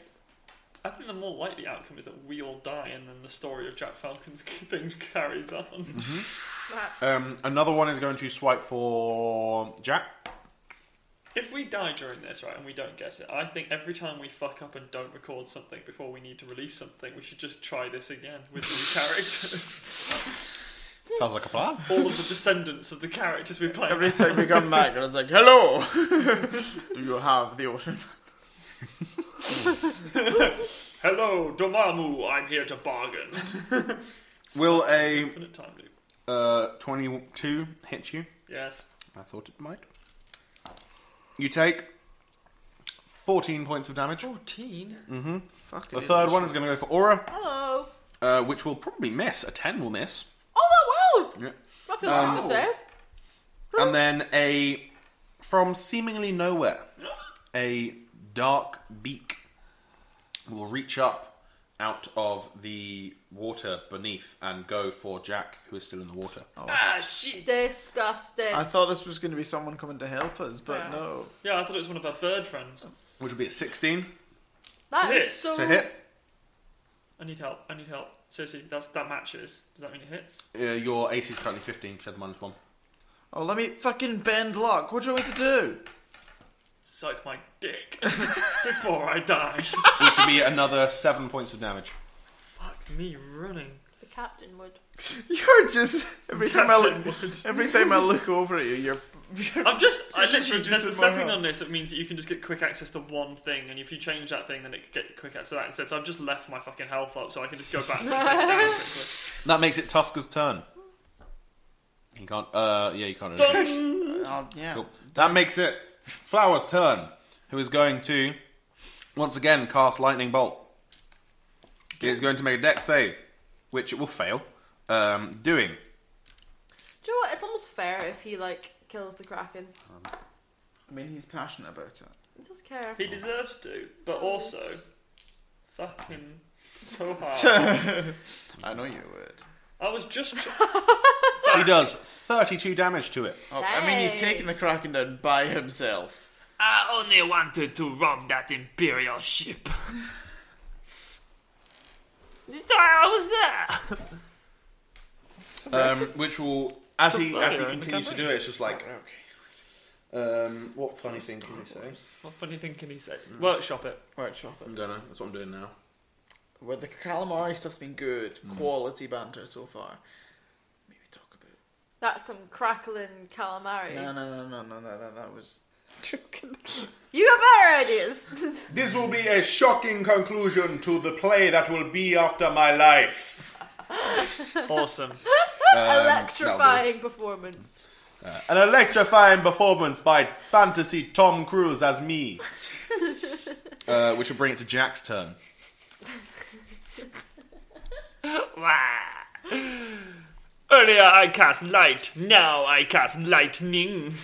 S5: I think the more likely outcome is that we all die, and then the story of Jack Falcon's [laughs] thing carries on.
S4: Uh,
S1: Um, another one is going to swipe for Jack.
S5: If we die during this, right, and we don't get it, I think every time we fuck up and don't record something before we need to release something, we should just try this again
S3: [laughs]
S5: with new characters.
S1: Sounds like a plan.
S5: all of the descendants of the characters we play.
S3: Every time we come back, I was like, "Hello, [laughs] do you have the ocean?"
S5: [laughs] Hello, Domamu, I'm here to bargain. [laughs]
S1: Will a
S5: Infinite time loop.
S1: uh, 22 hit you?
S5: Yes.
S1: I thought it might. You take 14 points of damage.
S5: 14?
S1: The third one is going to go for Aura,
S6: Hello.
S1: uh, which will probably miss. A 10 will miss.
S6: Oh, that world.
S1: Yeah.
S6: That feels good to say.
S1: And then a, from seemingly nowhere, a dark beak will reach up out of the water beneath and go for Jack, who is still in the water.
S5: Ah, shit!
S6: Disgusting.
S3: I thought this was going to be someone coming to help us, but
S6: Yeah.
S3: no.
S5: Yeah, I thought it was one of our bird friends.
S1: Which will be a 16
S6: That
S5: to
S6: is
S5: hit.
S6: so.
S1: to hit.
S5: I need help, I need help. Seriously, that's, that matches. Does that mean it hits?
S1: Uh, your AC is currently 15 because you had the minus one.
S3: Oh, let me fucking bend luck. What do you want me to do?
S5: Suck my dick before I die.
S3: [laughs]
S1: Which would be another 7 points of damage.
S5: Fuck me running.
S6: The captain would.
S3: [laughs] You're just every time I
S5: Captain
S3: look,
S5: Wood.
S3: every time I look over at you, you're. you're
S5: I'm [laughs] just. I
S3: You're just
S5: literally. There's a
S3: reducing my
S5: setting
S3: health.
S5: on this that means that you can just get quick access to one thing, and if you change that thing, then it could get quick access to that instead. So I've just left my fucking health up, so I can just go back to it and take it [laughs] down quickly.
S1: That makes it Tusker's turn. He can't. Uh, yeah, you can't. do it.
S3: [laughs] oh, yeah.
S1: Cool. That makes it Flower's turn, who is going to once again cast Lightning Bolt. It is going to make a Dex save, which it will fail. Um, doing
S6: Do you know what? It's almost fair if he like kills the kraken.
S3: I mean, he's passionate about it.
S6: He does care.
S5: He deserves to, but
S6: Oh.
S5: also, fuck him so [laughs] hard.
S3: [laughs]
S1: I know you would.
S5: I was just.
S1: He does 32 damage to it.
S4: Oh, I mean, he's
S6: Hey.
S4: taking the Kraken down by himself.
S5: [laughs] I only wanted to rob that imperial ship. Sorry, I was there.
S1: Um, which will, as he as he
S5: Survivor in the
S1: continues to do it, it's just like,
S4: Okay.
S1: um, what funny thing can you say?
S5: What funny thing can he say? Workshop it.
S4: Right, shop it.
S1: I'm gonna. That's what I'm doing now.
S4: Well, the calamari stuff's been good. Quality banter so far. Maybe talk about.
S6: That's some crackling calamari.
S4: No, no, no, no, no, no, that, that was. Joking.
S6: You got better ideas. [laughs]
S1: This will be a shocking conclusion to the play that will be after my life.
S5: [laughs] Awesome.
S6: Electrifying performance.
S1: An electrifying performance by fantasy Tom Cruise as me. uh, which will bring it to Jack's turn.
S5: Wah. Earlier I cast light, now I cast lightning.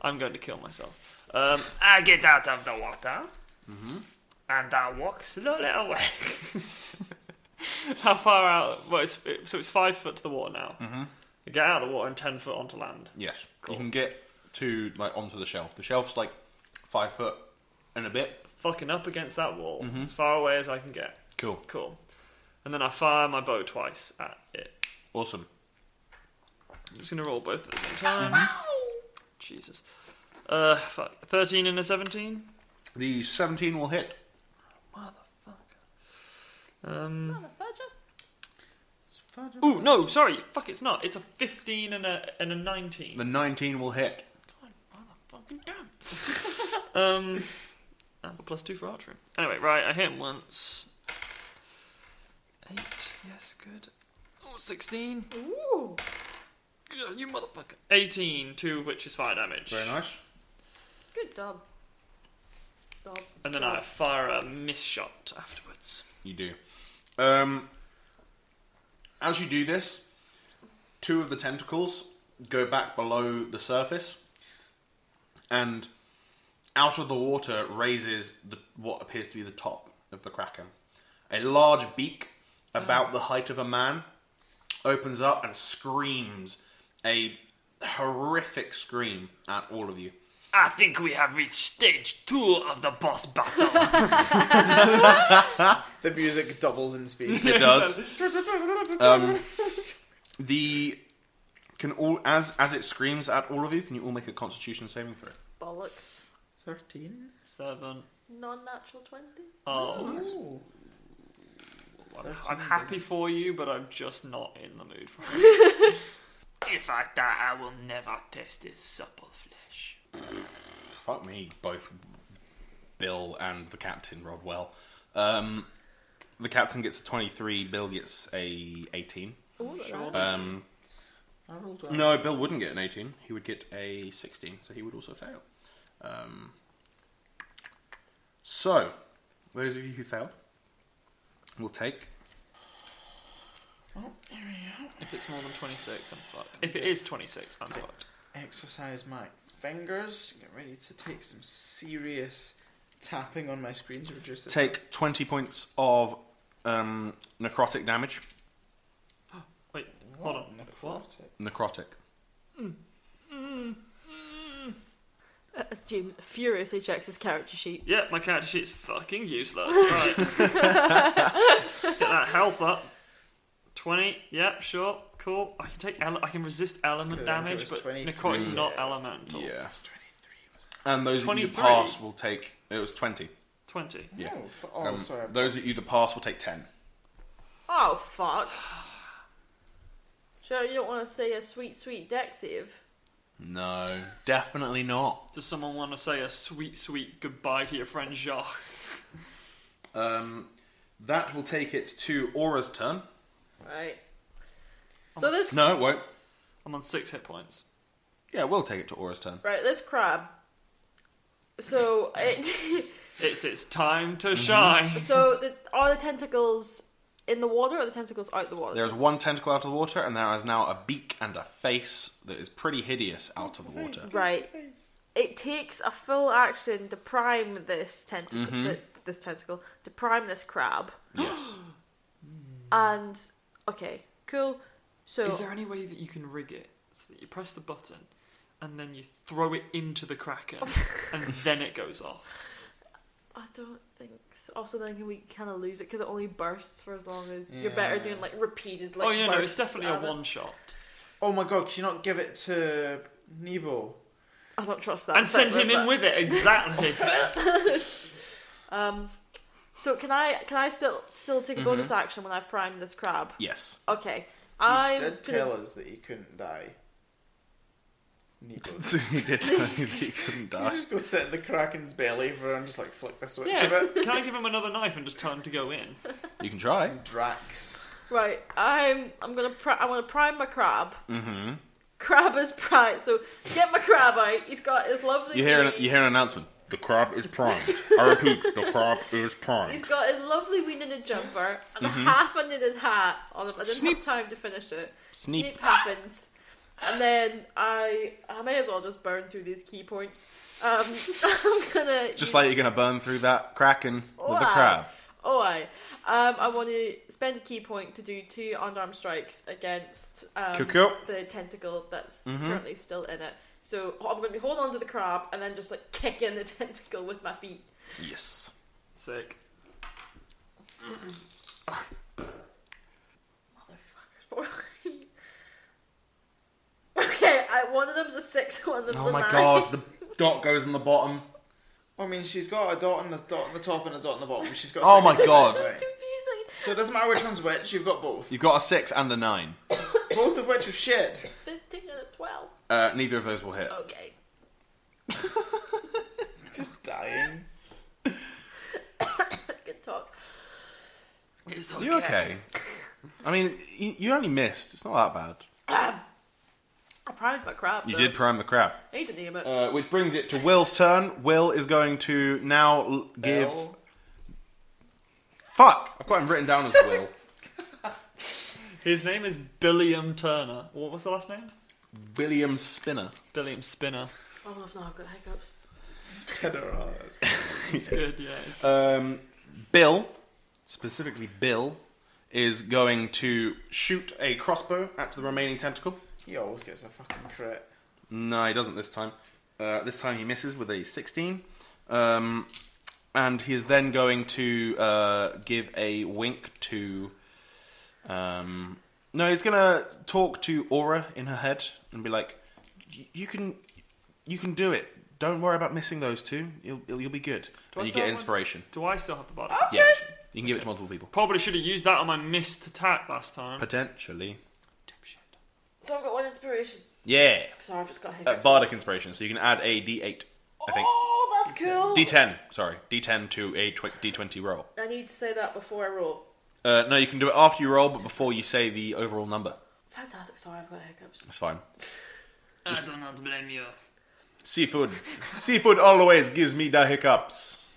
S5: I'm going to kill myself. Um, I get out of the water
S1: Mm-hmm.
S5: and I walk slowly away. [laughs] How far out? Well, it's, it- so it's five foot to the water now. Mm-hmm. I get out of the water and ten foot onto land.
S1: Yes, you can get to like onto the shelf. The shelf's like five foot and a bit.
S5: Fucking up against that wall, as far away as I can get.
S1: Mm-hmm. Cool,
S5: Cool. And then I fire my bow twice at it.
S1: awesome.
S5: I'm just gonna roll both at the same time. Jesus. Uh, fuck. 13 and a 17?
S1: The seventeen will hit.
S5: Um.
S6: Motherfudger.
S5: Ooh, no, sorry. Fuck, it's not. It's a 15 and a, and a 19.
S1: The nineteen will hit.
S5: Fucking damn. [laughs] um. I have a plus two for archery. Anyway, right, I hit him once. Eight. Yes, good. Oh, 16.
S6: Ooh.
S5: Ugh, You motherfucker. 18, two of which is fire damage.
S1: nice.
S6: Good job. Job.
S5: And then I fire a miss shot afterwards.
S1: You do. Um, as you do this, two of the tentacles go back below the surface, and out of the water raises the, what appears to be the top of the kraken. A large beak, about the height of a man, opens up and screams a horrific scream at all of you.
S5: I think we have reached stage two of the boss battle.
S4: The music doubles in speed.
S1: It [laughs] does. um, the can all as as it screams at all of you. Can you all make a Constitution saving throw?
S6: Bollocks.
S4: 13?
S5: Seven.
S6: Non-natural twenty.
S5: Oh, I'm happy for you, but I'm just not in the mood for it. [laughs] if I die, I will never taste this supple flesh.
S1: Fuck me, both Bill and the captain rolled well. Um, the captain gets a twenty-three. Bill gets a eighteen.
S6: Ooh, sure.
S1: Um,
S4: I rolled a
S1: no, Bill wouldn't get an eighteen. He would get a sixteen, so he would also fail. Um, so, those of you who failed will take
S5: If it's more than 26, I'm fucked. If it is 26, I'm fucked.
S4: exercise my fingers. Get ready to take some serious tapping on my screen to reduce this.
S1: take 20 points of um, necrotic damage.
S5: Wait,
S4: Oh,
S5: hold on. What?
S1: Necrotic.
S6: Uh, As James furiously checks his character sheet.
S5: Yeah, my character sheet's fucking useless. [laughs] Right. Get that health up. 20. Yeah, sure. Cool. I can take ele- I can resist element
S4: Okay, I think it
S5: damage,
S4: was
S5: but
S4: 23.
S5: Necrotic's not elemental.
S1: Yeah. And those of you that
S5: 23.
S1: pass will take. It was 20.
S5: 20.
S1: Yeah.
S4: Oh, f- oh
S1: Um,
S4: sorry. I've-
S1: Those of you that pass will take 10.
S6: Oh fuck. Sure, you don't want to say a sweet, sweet deck save.
S1: No, definitely not.
S5: Does someone want to say a sweet, sweet goodbye to your friend Jacques?
S1: Um, that will take it to Aura's turn.
S6: Right. So this
S1: No, it won't.
S5: I'm on six hit points.
S1: Yeah, we'll take it to Aura's turn.
S6: right, this crab. So it, [laughs]
S5: It's its time to shine.
S6: so the, are the tentacles in the water or the tentacles out the water?
S1: There is one tentacle out of the water, and there is now a beak and a face that is pretty hideous out of the water.
S6: Right. it takes a full action to prime this tentacle.
S5: Mm-hmm.
S6: thi- this tentacle to prime this crab.
S1: Yes.
S6: And okay, cool. So
S5: Is there any way that you can rig it so that you press the button and then you throw it into the kraken and then it goes off?
S6: I don't think. So. Also, then we kind of lose it because it only bursts for as long as you're better doing like repeated. Like,
S5: oh yeah, no, it's
S6: bursts
S5: definitely a
S6: and it-
S5: one shot.
S4: Oh my god, can you not give it to Nebo?
S6: I don't trust that.
S5: And send
S6: but-
S5: him in with it exactly.
S6: Um, so can I can I still still take a bonus
S5: Mm-hmm.
S6: action when I've primed this crab?
S1: Yes.
S6: Okay,
S4: He
S6: I'm
S4: did
S6: gonna-
S4: tell us that he couldn't die. [laughs] Nebo.
S1: [laughs] he did tell me that he couldn't
S4: Can you
S1: die.
S4: just go sit in the Kraken's belly for and just like flick the switch
S5: yeah,
S4: a bit?
S5: can I give him another knife and just tell him to go in?
S1: You can try.
S4: Drax.
S6: right. I'm I'm gonna pri- I want to prime my crab.
S1: Mm-hmm.
S6: Crab is primed. So get my crab out. He's got his lovely.
S1: You hear an,
S6: wee-
S1: you hear an announcement.
S9: The crab is primed. I repeat, the crab is
S6: He's
S9: primed.
S6: got his lovely wee knitted jumper and
S1: Mm-hmm.
S6: a half a knitted hat on him. I didn't
S1: Sneep.
S6: have time to finish it.
S1: Sneep.
S6: happens, and then I I may as well just burn through these key points. Um, [laughs] I'm gonna
S1: Just like you're gonna burn through that kraken with a
S6: Wow.
S1: crab.
S6: Oh, I. Um, I want to spend a key point to do two unarmed strikes against um,
S1: Cool, cool.
S6: the tentacle that's
S1: Mm-hmm.
S6: currently still in it. So ho- I'm going to be holding on to the crab and then just like kick in the [laughs] tentacle with my feet.
S1: Yes.
S5: Sick.
S6: Motherfuckers. [laughs] okay, I, one of them's a six, [laughs] one of them's
S1: Oh
S6: a
S1: my
S6: nine. [laughs]
S1: god, the dot goes on the bottom.
S4: Well, I mean, she's got a dot on the dot on the top and a dot on the bottom. She's got. a
S1: Oh
S4: second
S1: my
S4: dot,
S1: god.
S4: right.
S6: Confusing.
S4: So it doesn't matter which one's which. You've got both.
S1: You've got a six and a nine.
S4: Both of which are shit.
S6: 15 and a 12.
S1: Uh, neither of those will hit.
S6: Okay.
S4: Just dying.
S6: Good talk.
S1: You okay? I mean, you, you only missed. It's not that bad.
S6: I primed my crab.
S1: You
S6: though.
S1: did prime the crab.
S6: I need to name it.
S1: Uh, which brings it to Will's turn. Will is going to now l- give.
S4: L.
S1: Fuck! I've got him written down as Will. [laughs]
S5: His name is Billiam Turner. What was the last name?
S1: William Spinner.
S5: Billiam Spinner.
S6: Oh, no, no, I've got hiccups.
S4: Spinner on us.
S5: [laughs] It's good, yeah. it's-
S1: Um, Bill, specifically Bill, is going to shoot a crossbow at the remaining tentacle.
S4: He always gets a fucking crit.
S1: No, he doesn't this time. Uh, this time he misses with a 16. Um, and he is then going to uh, give a wink to. Um, no, he's going to talk to Aura in her head and be like, "Y- "You can, you can do it. Don't worry about missing those two. You'll, you'll you'll be good."
S5: Do I
S1: and you get
S5: still have one?
S1: inspiration.
S5: Do I still have the body?
S1: Yes, you can give it to multiple people
S5: Probably should have used that on my missed attack last time.
S1: potentially.
S6: So I've got one inspiration.
S1: Yeah,
S6: Sorry, I've just got
S1: uh,
S6: hiccups.
S1: bardic inspiration. So you can add a d8. I think
S6: Oh, that's cool.
S1: d10. Sorry, d10 to a tw- d20 roll.
S6: I need to say that before I roll.
S1: Uh, no, you can do it after you roll, but before you say the overall number.
S6: Fantastic. Sorry, I've got hiccups.
S1: That's fine.
S5: I do not blame you.
S1: [laughs] Seafood. Seafood always gives me the hiccups.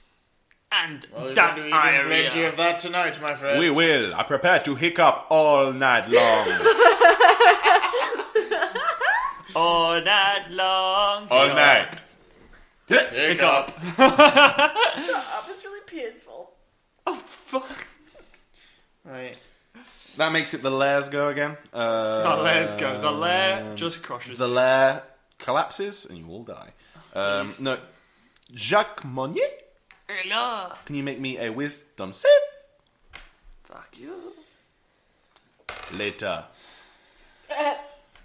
S5: And
S4: Well,
S5: that
S4: Oh, we
S5: area.
S4: you of that tonight, my friend.
S1: We will. I prepare to hiccup all night long.
S5: All night long.
S1: [laughs]
S4: Oh,
S1: all night.
S5: Pick up.
S6: Uh, That was really painful.
S5: Oh, Fuck.
S4: Right.
S1: That makes it the lairs go again.
S5: The
S1: Uh,
S5: lair's go. The lair just crushes.
S1: Um, The
S5: you.
S1: lair collapses and you all die. Um,
S5: Yes.
S1: no. Jacques Monnier,
S5: Hello.
S1: can you make me a wisdom save?
S5: Fuck you.
S1: Later.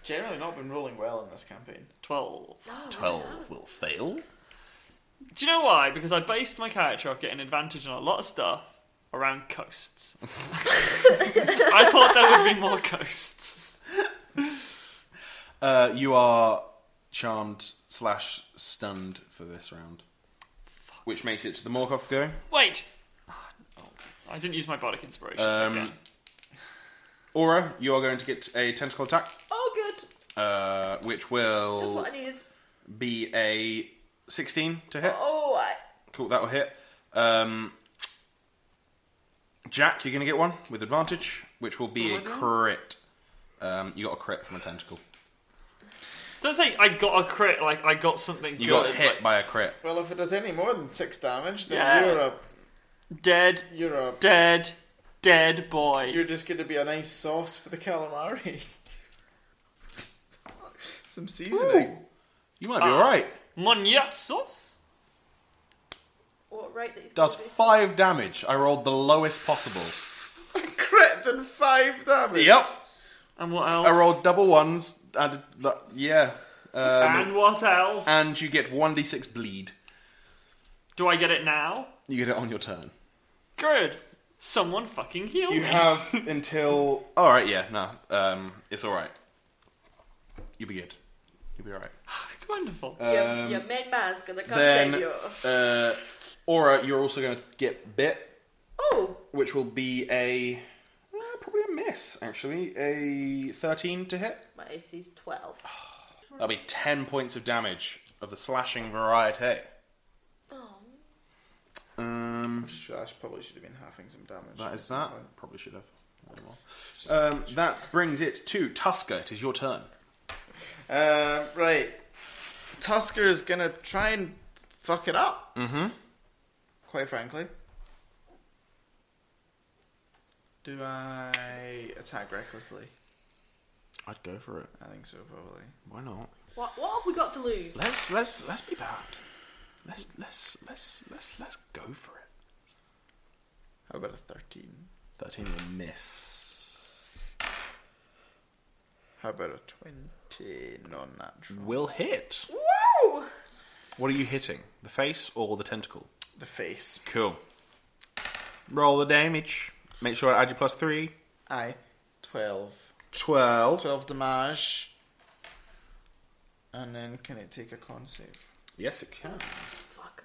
S4: Generally not been rolling well in this campaign.
S5: 12.
S1: 12 will fail.
S5: Do you know why? Because I based my character off getting advantage on a lot of stuff
S1: [laughs]
S5: around coasts. I thought there would be more coasts.
S1: Uh, you are charmed slash stunned for this round, which makes it to the Morkoths go.
S5: Wait! I didn't use my bardic inspiration.
S1: Um,
S5: again.
S1: Aura, you are going to get a tentacle attack,
S6: Oh, good.
S1: uh, which
S6: That's
S1: will
S6: what I needed.
S1: be a 16 to hit.
S6: Oh, I.
S1: Cool, that will hit. Um, Jack, you're going to get one with
S6: Oh
S1: advantage, which will be a crit. Um, you got a crit from a tentacle.
S5: Don't say I got a crit. Like I got something.
S4: You
S5: good.
S4: got hit by a crit.
S3: Well, if it does any more than six damage, then
S5: Yeah.
S3: you're a
S5: Dead,
S3: you're a
S5: dead, dead boy.
S3: you're just going to be a nice sauce for the
S4: [laughs]
S3: calamari. Some seasoning.
S4: You might be
S6: Ah.
S4: alright.
S5: Monya sauce.
S6: What right that he's
S4: Does
S6: gonna be-
S4: five damage. I rolled the lowest possible.
S3: Crit and five damage.
S4: Yep.
S5: And what else?
S4: I rolled double ones. Added, yeah. Um,
S5: and what else?
S4: and you get 1d6 bleed.
S5: Do I get it now?
S4: You get it on your turn.
S5: Good. Someone fucking heal
S4: You
S5: me.
S4: have [laughs] until. Alright, yeah, no. Um, it's alright. You'll be good. You'll be alright.
S5: [laughs] Wonderful.
S6: Your,
S4: Um,
S6: your main man's gonna come save
S4: Then,
S6: you.
S4: uh, Aura, you're also going to get bit,
S6: Oh,
S4: which will be a. uh, probably a miss, actually. A 13 to hit.
S6: my AC's twelve.
S4: That'll be 10 points of damage of the slashing variety.
S6: Oh,
S4: Um,
S3: Shash probably should have been halving some damage.
S4: that is that. Probably should have. Um, that brings it to Tusker. It is your turn.
S3: Uh, right. Tusker is gonna try and fuck it up. Mm-hmm. Quite frankly. Do I attack recklessly?
S4: I'd go for it.
S3: I think so, probably.
S4: Why not?
S6: what what have we got to lose?
S4: Let's let's let's be bad. Let's let's let's let's let's go for it.
S3: How about a 13?
S4: Thirteen will miss.
S3: How about a 20 non-natural?
S4: Will hit.
S6: Woo!
S4: What are you hitting? The face or the tentacle?
S3: The face.
S4: Cool. Roll the damage. Make sure I add your plus three.
S3: Aye. 12.
S4: Twelve.
S3: 12 damage. And then can it take a con save?
S4: Yes, it can.
S6: Fuck.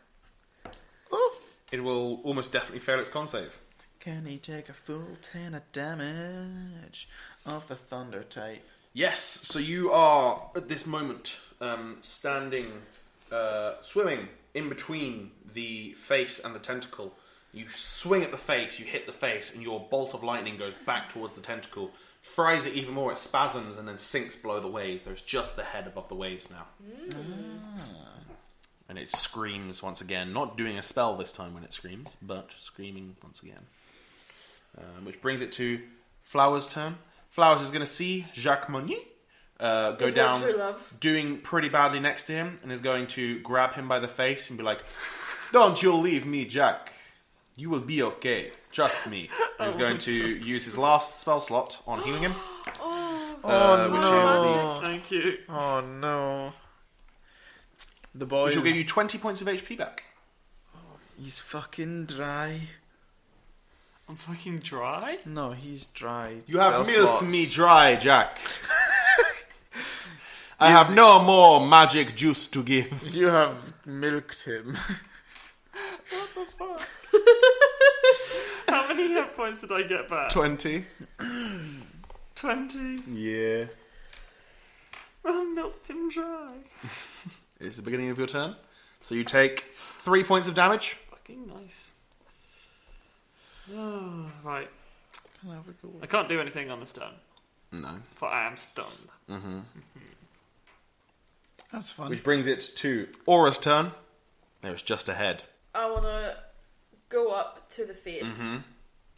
S4: It will almost definitely fail its con save.
S3: Can he take a full 10 of damage of the thunder type?
S4: Yes, so you are at this moment um, standing, uh, swimming in between the face and the tentacle. You swing at the face, you hit the face, and your bolt of lightning goes back towards the tentacle, fries it even more. It spasms and then sinks below the waves. There's just the head above the waves now. And it screams once again, not doing a spell this time when it screams, but screaming once again. Um, which brings it to Flowers' turn. Flowers is going to see Jacques Monnier uh, go
S6: His one
S4: down,
S6: true love.
S4: doing pretty badly next to him, and is going to grab him by the face and be like, Don't you leave me, Jack. You will be okay. Trust me.
S3: Oh
S4: And he's going to use his last spell slot on healing him.
S6: Oh,
S4: uh, which will be-
S5: Thank you.
S3: Oh no. The boy.
S4: which will give you 20 points of HP back.
S3: He's fucking dry.
S5: I'm fucking dry.
S3: No, he's dry.
S4: You have
S3: Spell
S4: milked
S3: slots.
S4: me dry, [laughs] Jack. I have no more magic juice to [laughs] give.
S3: You have milked him. [laughs]
S5: How many hit points did I get back?
S4: 20.
S5: Twenty. [laughs]
S4: Yeah.
S5: I milked him dry.
S4: It's the beginning of your turn. So you take three points of damage.
S5: Fucking nice. [sighs] Oh, right.
S3: Can I have a go?
S5: I can't do anything on this turn,
S4: No.
S5: but I am stunned.
S3: That's fun.
S4: Which brings it to Aura's turn. There is just ahead.
S6: I wanna go up to the face.
S4: Mm-hmm.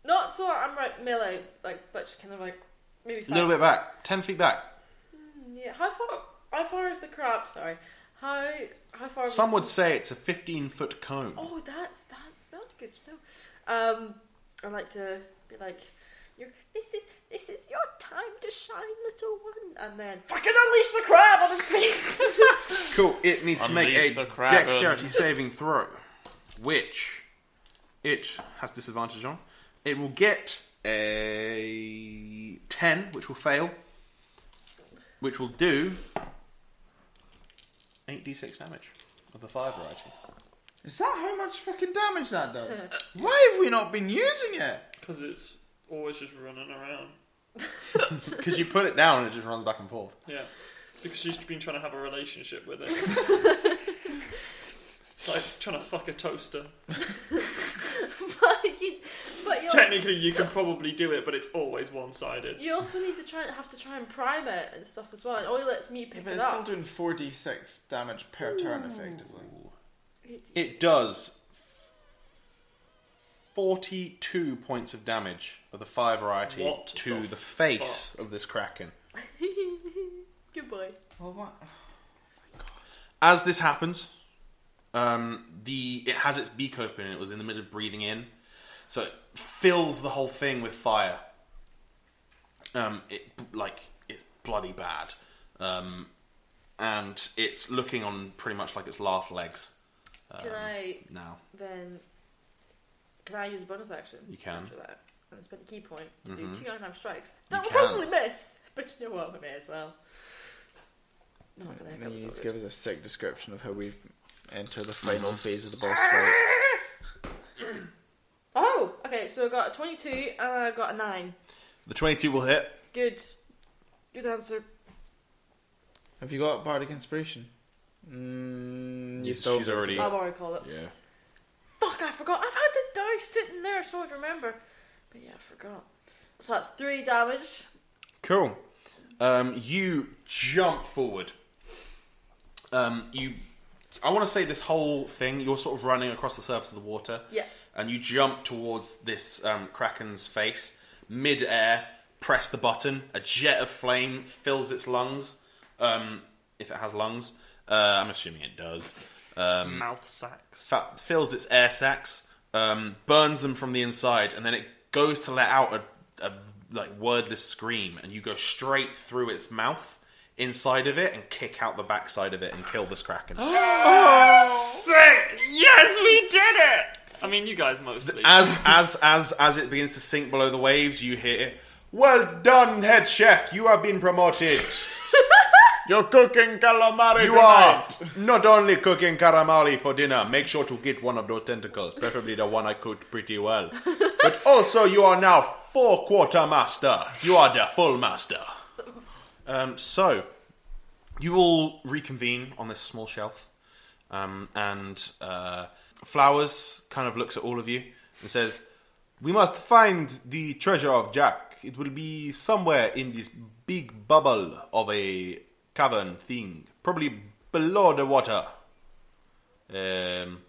S6: Not so I'm like melee, like but just kind of like maybe
S4: A little
S6: five-
S4: bit back. 10 feet back.
S6: Yeah. How far? How far is the crab? Sorry. How how far? was-
S4: Some would say it's a 15 foot cone.
S6: Oh, that's that's that's good to know. Um, I like to be like, you this is this is your time to shine, little one, and then fucking unleash the crab on his face. [laughs]
S4: Cool. It needs to make
S5: Unleash
S4: a
S5: the kraken.
S4: dexterity saving throw, which it has disadvantage on. It will get a 10, which will fail, which will do 8d6 damage of the fire variety.
S3: Is that how much fucking damage that [laughs] does? Why have we not been using it?
S5: Because it's always just running around.
S4: Because you put it down and it just runs back and forth.
S5: Yeah. Because she's been trying to have a relationship with it. it's like trying to fuck a toaster.
S6: but, you, but like you also,
S5: Technically, you can probably do it, but it's always one-sided.
S6: you also need to try have to try and prime it and stuff as well. It only lets me pick
S4: But
S6: it
S4: it's still
S6: up.
S4: doing 4d6 damage per turn, effectively.
S1: It does 42 points of damage of the fire variety
S5: What
S1: to
S5: the
S1: the, face of this kraken.
S6: [laughs] Good boy.
S4: Well, what?
S1: As this happens, um, the it has its beak open and it was in the middle of breathing in, so it fills the whole thing with fire. Um, it like it's bloody bad, um, and it's looking on pretty much like its last legs
S4: Um.
S6: Can I
S1: now.
S6: then? Can I use a bonus action?
S1: You can.
S6: After that, and spend a key point to
S4: Mm-hmm.
S6: do two unarmed strikes. That will
S1: can.
S6: probably miss, but you know what? We may as well. I'm not gonna
S4: Then you
S6: hiccup.
S4: need to
S6: so
S4: give us a sick description of how we enter the final phase of the boss fight.
S6: [coughs] Oh, okay. So I got a 22 and I got a nine.
S1: The twenty-two will hit.
S6: Good. Good answer.
S4: Have you got Bardic Inspiration? Mm, you
S1: She's
S4: still do.
S1: already.
S6: I've already called it.
S1: Yeah.
S6: Fuck, I forgot. I've had the dice sitting there so I'd remember. But yeah, I forgot. So that's three damage.
S1: Cool. Um, you jump forward. Um, you, I want to say this whole thing. You're sort of running across the surface of the water.
S6: Yeah. [coughs]
S1: And you jump towards this um, kraken's face. Mid-air, press the button. A jet of flame fills its lungs. Um, if it has lungs, uh, I'm assuming it does. Um,
S5: Mouth sacks.
S1: fa- fills its air sacs, um, burns them from the inside, and then it goes to let out a, a like wordless scream, and you go straight through its mouth, inside of it, and kick out the backside of it and kill this kraken.
S5: Sick! Yes, we did it! I mean, you guys mostly.
S1: as as as as it begins to sink below the waves, you hear, "Well done, head chef! You have been promoted." [laughs]
S4: You're cooking calamari
S1: You are
S4: tonight.
S1: not only cooking caramali for dinner, make sure to get one of those tentacles, preferably the one I cooked pretty well. [laughs] But also, you are now four quarter master. You are the full master. Um, so, you all reconvene on this small shelf, um, and uh, Flowers kind of looks at all of you and says, We must find the treasure of Jack. It will be somewhere in this big bubble of a cavern thing, probably below the water. Um,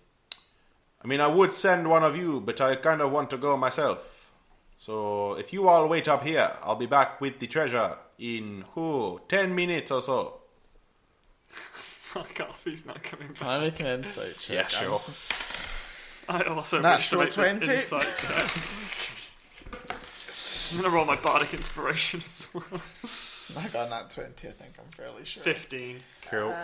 S1: I mean, I would send one of you, but I kind of want to go myself. So if you all wait up here, I'll be back with the treasure in who ten minutes or so.
S5: [laughs] Fuck off, he's not coming
S4: Can
S5: back.
S4: I make an insight check?
S5: I also wish to
S4: Natural
S5: make
S4: 20.
S5: this insight check. I'm gonna roll my bardic inspiration as well.
S4: I got that 20, I think, I'm fairly sure.
S5: 15.
S1: Cool.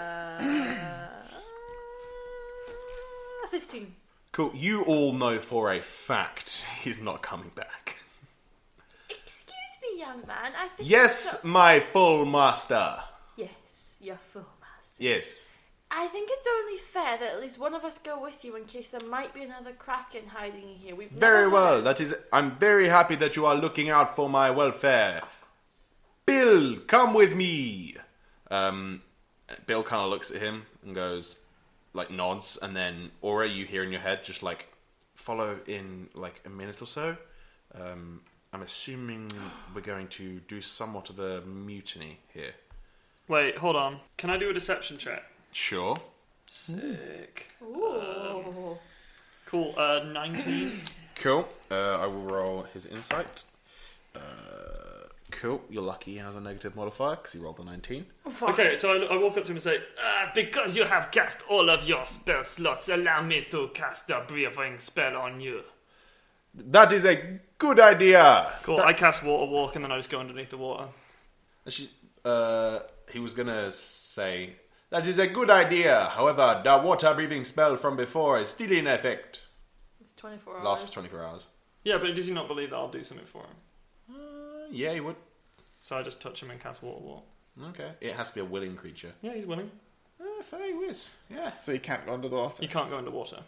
S6: Uh, 15.
S1: Cool. You all know for a fact [laughs] he's not coming back.
S6: Excuse me, young man. I think.
S1: Yes,
S6: It's
S1: my full master.
S6: o- yes, you're full master.
S1: Yes.
S6: I think it's only fair that at least one of us go with you in case there might be another kraken hiding in here. We've
S1: Very
S6: never
S1: well.
S6: had-
S1: That is. I'm very happy that you are looking out for my welfare. Bill, come with me. Um, Bill kind of looks at him and goes, like nods, and then Aura, you hear in your head, just like follow in like a minute or so. Um, I'm assuming we're going to do somewhat of a mutiny here.
S5: Wait, hold on. Can I do a deception check?
S1: Sure.
S5: Sick. Um,
S6: Ooh.
S5: Cool, uh, 19.
S1: Cool. Uh, I will roll his insight. Uh, cool. You're lucky he has a negative modifier because he rolled a 19.
S5: [coughs] okay, so I, I walk up to him and say, uh, Because you have cast all of your spell slots, allow me to cast a breathing spell on you.
S1: That is a good idea.
S5: Cool, I cast water walk and then I just go underneath the water.
S1: And she, uh, he was gonna say that is a good idea. However, the water breathing spell from before is still in effect.
S6: It's 24 hours.
S1: Lasts for 24 hours.
S5: Yeah, but does he not believe that I'll do something for
S1: Uh,
S5: him?
S1: yeah, he would.
S5: So I just touch him and cast water walk.
S1: Okay. It has to be a willing creature.
S5: Yeah, he's willing.
S1: Uh, fair whiz. Yeah.
S4: So you can't go under the
S5: He
S4: water.
S5: can't go [laughs] underwater.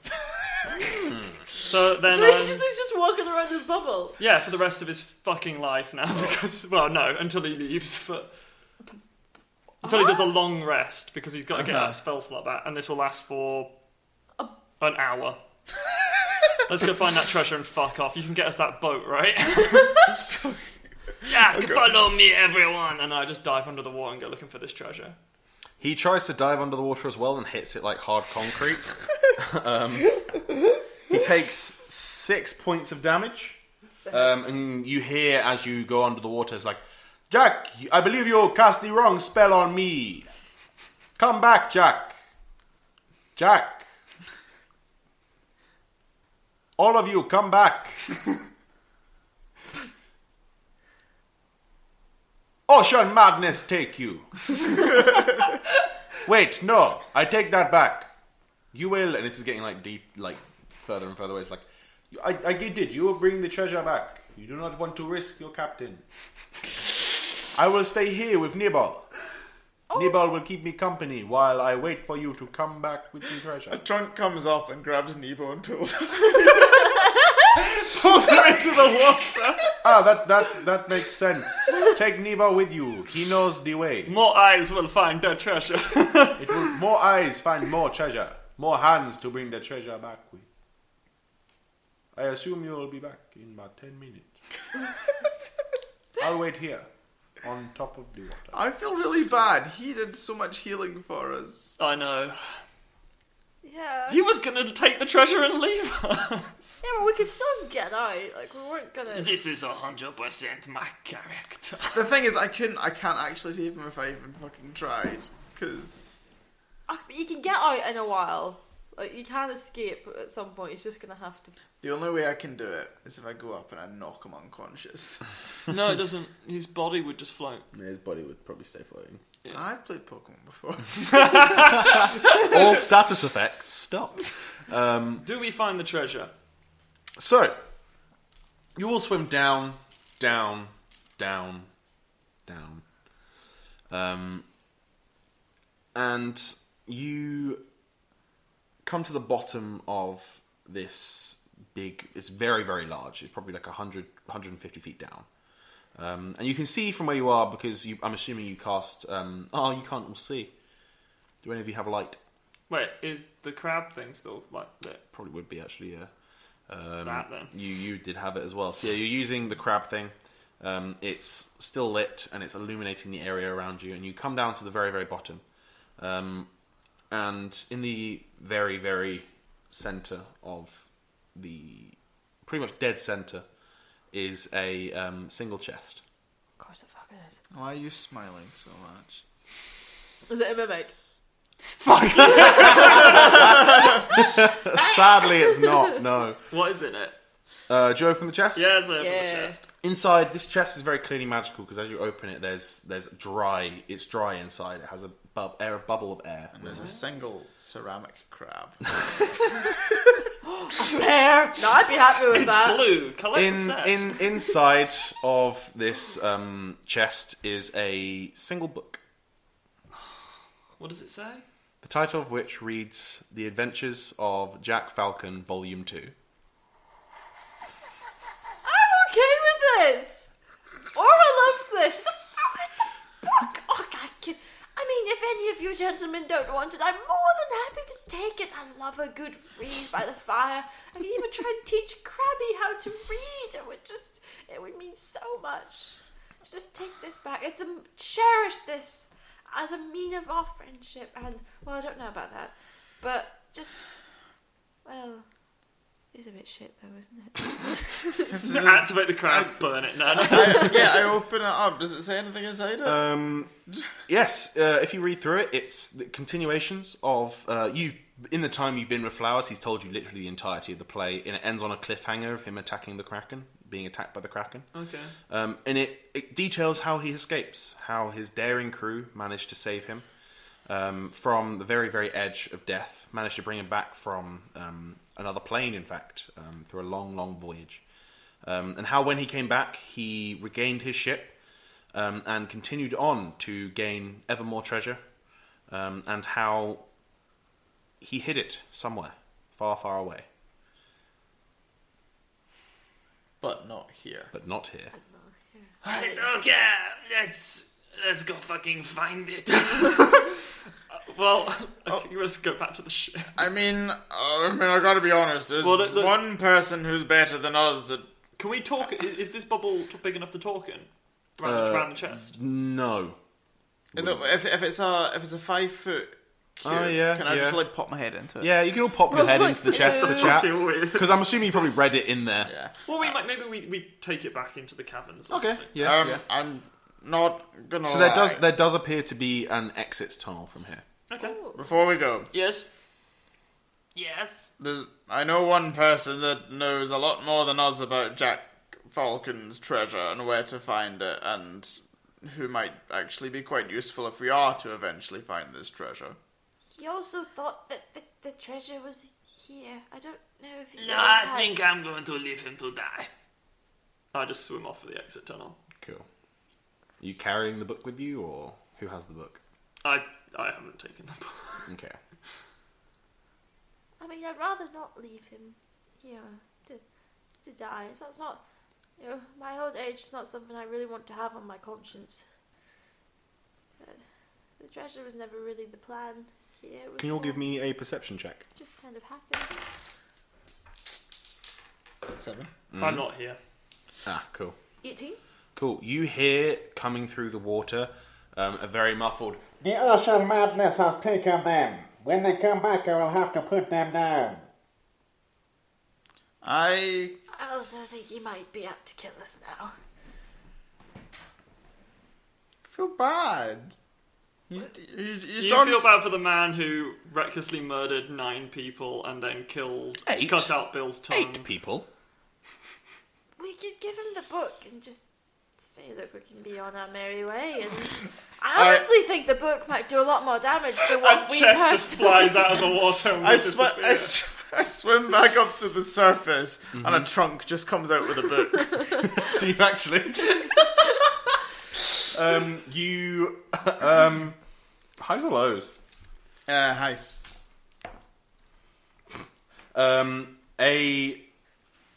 S5: so then. um,
S6: So
S5: I'm-
S6: he's just, he's just walking around this bubble.
S5: Yeah, for the rest of his fucking life now. [laughs] Because, well, no, until he leaves, but. Until he does a long rest, because [laughs] he's got to get that spell slot back, and this will last for. an hour. Let's go find that treasure and fuck off. You can get us that boat, [laughs] right? yeah, follow me, everyone. And I just dive under the water and go looking for this treasure.
S4: He tries to dive under the water as well and hits it like hard
S1: [laughs]
S4: concrete. um, he takes six points of damage. Um, and you hear as you go under the water, it's like, Jack, I believe you cast the wrong spell on me. Come back, Jack. Jack. All of you, come back. [laughs] Ocean madness take you. [laughs] Wait, no, I take that back. You will, and this is getting like deep, like further and further away. It's like, I, I did. You will bring the treasure back. You do not want to risk your captain. [laughs] I will stay here with Nibal. Nibal will keep me company while I wait for you to come back with the treasure.
S3: Trunk comes up and grabs Nebo and pulls him. [laughs]
S5: Into the water.
S4: Ah, that that that makes sense. Take Nibal with you. He knows the way.
S5: More eyes will find that treasure. [laughs]
S4: It will, more eyes find more treasure. More hands to bring the treasure back with. I assume you will be back in about ten minutes. I'll wait here, on top of the water.
S3: I feel really bad. He did so much healing for us.
S5: I know.
S6: Yeah.
S5: He was gonna take the treasure and leave us.
S6: Yeah, but we could still get out. Like, we weren't gonna.
S5: This is hundred percent my character.
S3: The thing is, I couldn't. I can't actually save him if I even fucking tried. Because
S6: Ah, but You can get out in a while. Like, you can't escape at some point. It's just gonna have to.
S3: the only way I can do it is if I go up and I knock him [laughs] unconscious.
S5: No, it doesn't. His body would just float.
S4: His body would probably stay floating.
S3: I've played Pokemon before.
S4: All status effects stop.
S5: Do we find the treasure?
S4: So, you will swim down, down, down, down. Um, and you come to the bottom of this big, it's very, very large. It's probably like 100, 150 feet down. Um, and you can see from where you are because you, I'm assuming you cast. Um, oh, you can't all see. Do any of you have light?
S5: Wait, is the crab thing still like there?
S4: Probably would be actually, yeah. Um,
S5: That then.
S4: You you did have it as well. So yeah, you're using the crab thing. Um, it's still lit and it's illuminating the area around you, and you come down to the very very bottom. Um, and in the very very center of the pretty much dead center is a um, single chest.
S6: Of course, it fucking is.
S3: [laughs] Why are you smiling so much?
S6: Is it a mimic?
S4: Sadly, it's not. No.
S5: What is in it?
S4: Uh, do you open the chest?
S5: Yeah, it's over
S6: Yeah.
S5: the chest.
S4: Inside, this chest is very clearly magical because as you open it, there's there's dry. It's dry inside. It has a bub, air, a bubble of air.
S3: There's a single ceramic crab. [laughs]
S6: Pear! No, I'd be happy with
S5: It's
S6: that.
S5: blue. Collect the
S4: In
S5: set.
S4: in inside of this um, chest is a single book,
S5: What does it say?
S4: the title of which reads "The Adventures of Jack Falcon, Volume 2.
S6: I'm okay with this. Aura loves this. She's like, oh, it's a book. Oh, I can. I mean, if any of you gentlemen don't want it, I'm more than happy to take it. I love a good read by the fire. I can even try and teach Krabby how to read. It would just, it would mean so much. to Just take this back. It's a cherish this as a mean of our friendship. And well, I don't know about that, but just well, it's a bit shit though, isn't it?
S5: Activate the crab. burn it. No, no.
S3: I, yeah, I open it up. Does it say anything inside it?
S4: Um, yes, uh, if you read through it, it's the continuations of uh, you. In the time you've been with Flowers, he's told you literally the entirety of the play, and it ends on a cliffhanger of him attacking the Kraken, being attacked by the Kraken.
S5: [laughs] Okay.
S4: Um, and it, it details how he escapes, how his daring crew managed to save him um, from the very, very edge of death, managed to bring him back from um, another plane, in fact, um, through a long, long voyage. Um, and how when he came back, he regained his ship um, and continued on to gain ever more treasure, um, and how he hid it somewhere, far, far away,
S3: but not here.
S4: but not here.
S5: [laughs] Right, okay, let's let's go fucking find it. Well, okay, [laughs] let's go back to the ship.
S3: I mean, uh, I mean, I gotta be honest. There's
S5: Well, let- let's-
S3: one person who's better than us. That
S5: Can we talk? Is, is this bubble t- big enough to talk in? Around,
S4: Uh,
S5: the, around the chest?
S4: No.
S3: Look, if, if it's a if it's a five foot. Cube,
S4: Oh, yeah,
S3: Can I just
S4: yeah.
S3: like pop my head into it?
S4: Yeah, you can all pop your head
S10: like,
S4: into the
S10: this
S4: chest of
S5: [laughs]
S4: the chat.
S5: Fucking
S4: [laughs]
S5: weird.
S4: Because I'm assuming you probably read it in there.
S3: Yeah.
S5: Well, we might maybe we, we take it back into the caverns. Or
S4: Okay.
S5: something.
S4: Yeah.
S3: um,
S4: yeah.
S3: I'm not gonna.
S4: So there does
S3: lie.
S4: there does appear to be an exit tunnel from here.
S5: Okay.
S3: Before we go,
S5: Yes. Yes.
S3: there's- I know one person that knows a lot more than us about Jack Falcon's treasure and where to find it, and who might actually be quite useful if we are to eventually find this treasure.
S6: He also thought that the, the treasure was here. I don't know if you
S11: No, I think uh, I'm going to leave him to die.
S5: I just swim off the exit tunnel.
S4: Cool. Are you carrying the book with you, or who has the book?
S5: I I haven't taken the book.
S4: Okay.
S6: I mean, I'd rather not leave him here to, to die. So That's not, you know, my old age is not something I really want to have on my conscience. But the treasure was never really the plan here. It was
S4: Can you all
S6: more
S4: give me a perception check?
S6: Just kind of happened.
S3: Seven.
S5: I'm not here.
S4: Ah, cool.
S10: 18?
S4: Cool. You hear coming through the water um, a very muffled.
S12: The ocean madness has taken them. When they come back, I will have to put them down.
S3: I
S6: I also think he might be out to kill us now.
S3: feel bad. He's, he's, he's
S5: Do you
S3: done
S5: feel
S3: s-
S5: bad for the man who recklessly murdered nine people and then killed
S4: Eight.
S5: cut out Bill's tongue?
S4: Eight people. [laughs]
S6: We could give him the book and just say that we can be on our merry way. And
S3: All
S6: I
S3: right.
S6: honestly think the book might do a lot more damage than what
S5: And
S6: we
S5: chest just
S6: personally-
S5: flies out of the water. And
S3: I,
S5: we
S3: sw-
S5: disappear.
S3: I, sw- [laughs] I swim back up to the surface and a trunk just comes out with a
S5: [laughs]
S3: book.
S4: Do you actually? [laughs] um, you [laughs] um, highs or lows?
S3: uh, hi.
S4: Um, a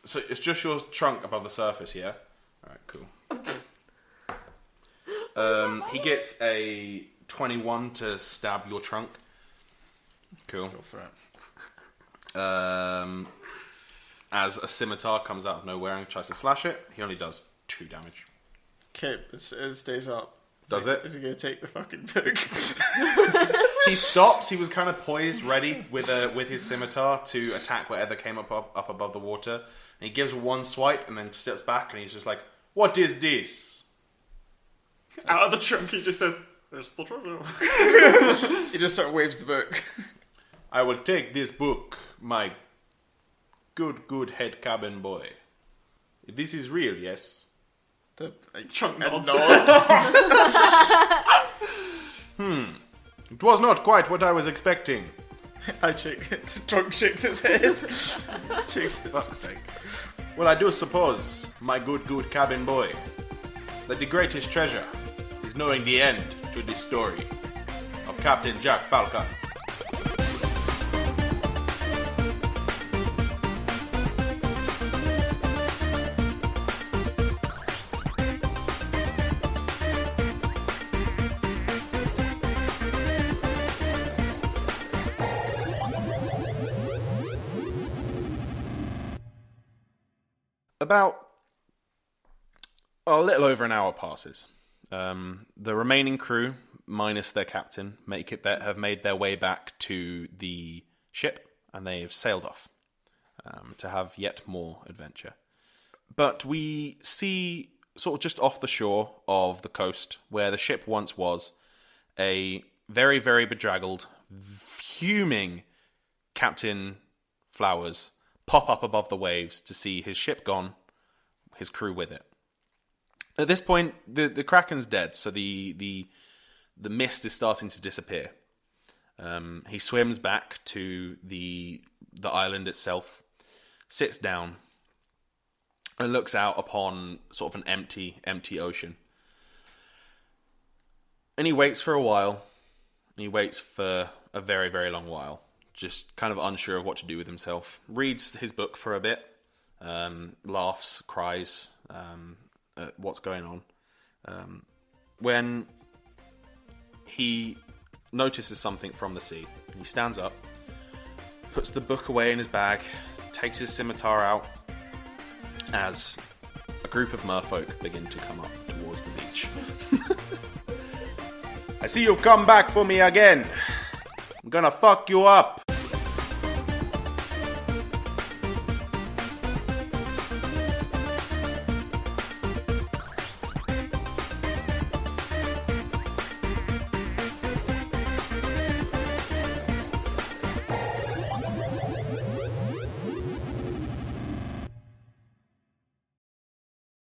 S4: so it's just your trunk above the surface, yeah. All right, cool. Um, he gets a twenty-one to stab your trunk. Cool. Go for it. Um, as a scimitar comes out of nowhere and tries to slash it, he only does two damage.
S3: Okay, it, it stays up.
S4: Does
S3: Is
S4: it?
S3: he- Is he going to take the fucking book? [laughs]
S4: He stops. He was kind of poised, ready with a with his scimitar to attack whatever came up up, up above the water. And he gives one swipe and then steps back, and he's just like, "What is this?"
S5: out of the trunk, he just says, "There's the treasure."
S3: he just sort of waves the book.
S4: I will take this book, my good good head cabin boy. This is real, yes.
S3: The like,
S5: [laughs] Trunk
S3: a
S5: nods.
S3: nod.
S4: It was not quite what I was expecting.
S3: I shake it. The trunk shakes its
S5: [laughs]
S3: head. shakes its
S4: Well, I do suppose, my good good cabin boy, that the greatest treasure is knowing the end to this story of Captain Jack Falcon. about a little over an hour passes. Um, the remaining crew, minus their captain, make it that have made their way back to the ship and they have sailed off um, to have yet more adventure. But we see sort of just off the shore of the coast where the ship once was a very very bedraggled, fuming Captain Flowers pop up above the waves to see his ship gone, his crew with it. At this point, the, the Kraken's dead, so the, the, the mist is starting to disappear. Um, he swims back to the, the island itself, sits down, and looks out upon sort of an empty, empty ocean. And he waits for a while, and he waits for a very, very long while, just kind of unsure of what to do with himself. Reads his book for a bit, um, laughs, cries um, at what's going on. Um, when he notices something from the sea. He stands up, puts the book away in his bag, takes his scimitar out as a group of merfolk begin to come up towards the beach. [laughs] I see you've come back for me again. I'm gonna fuck you up.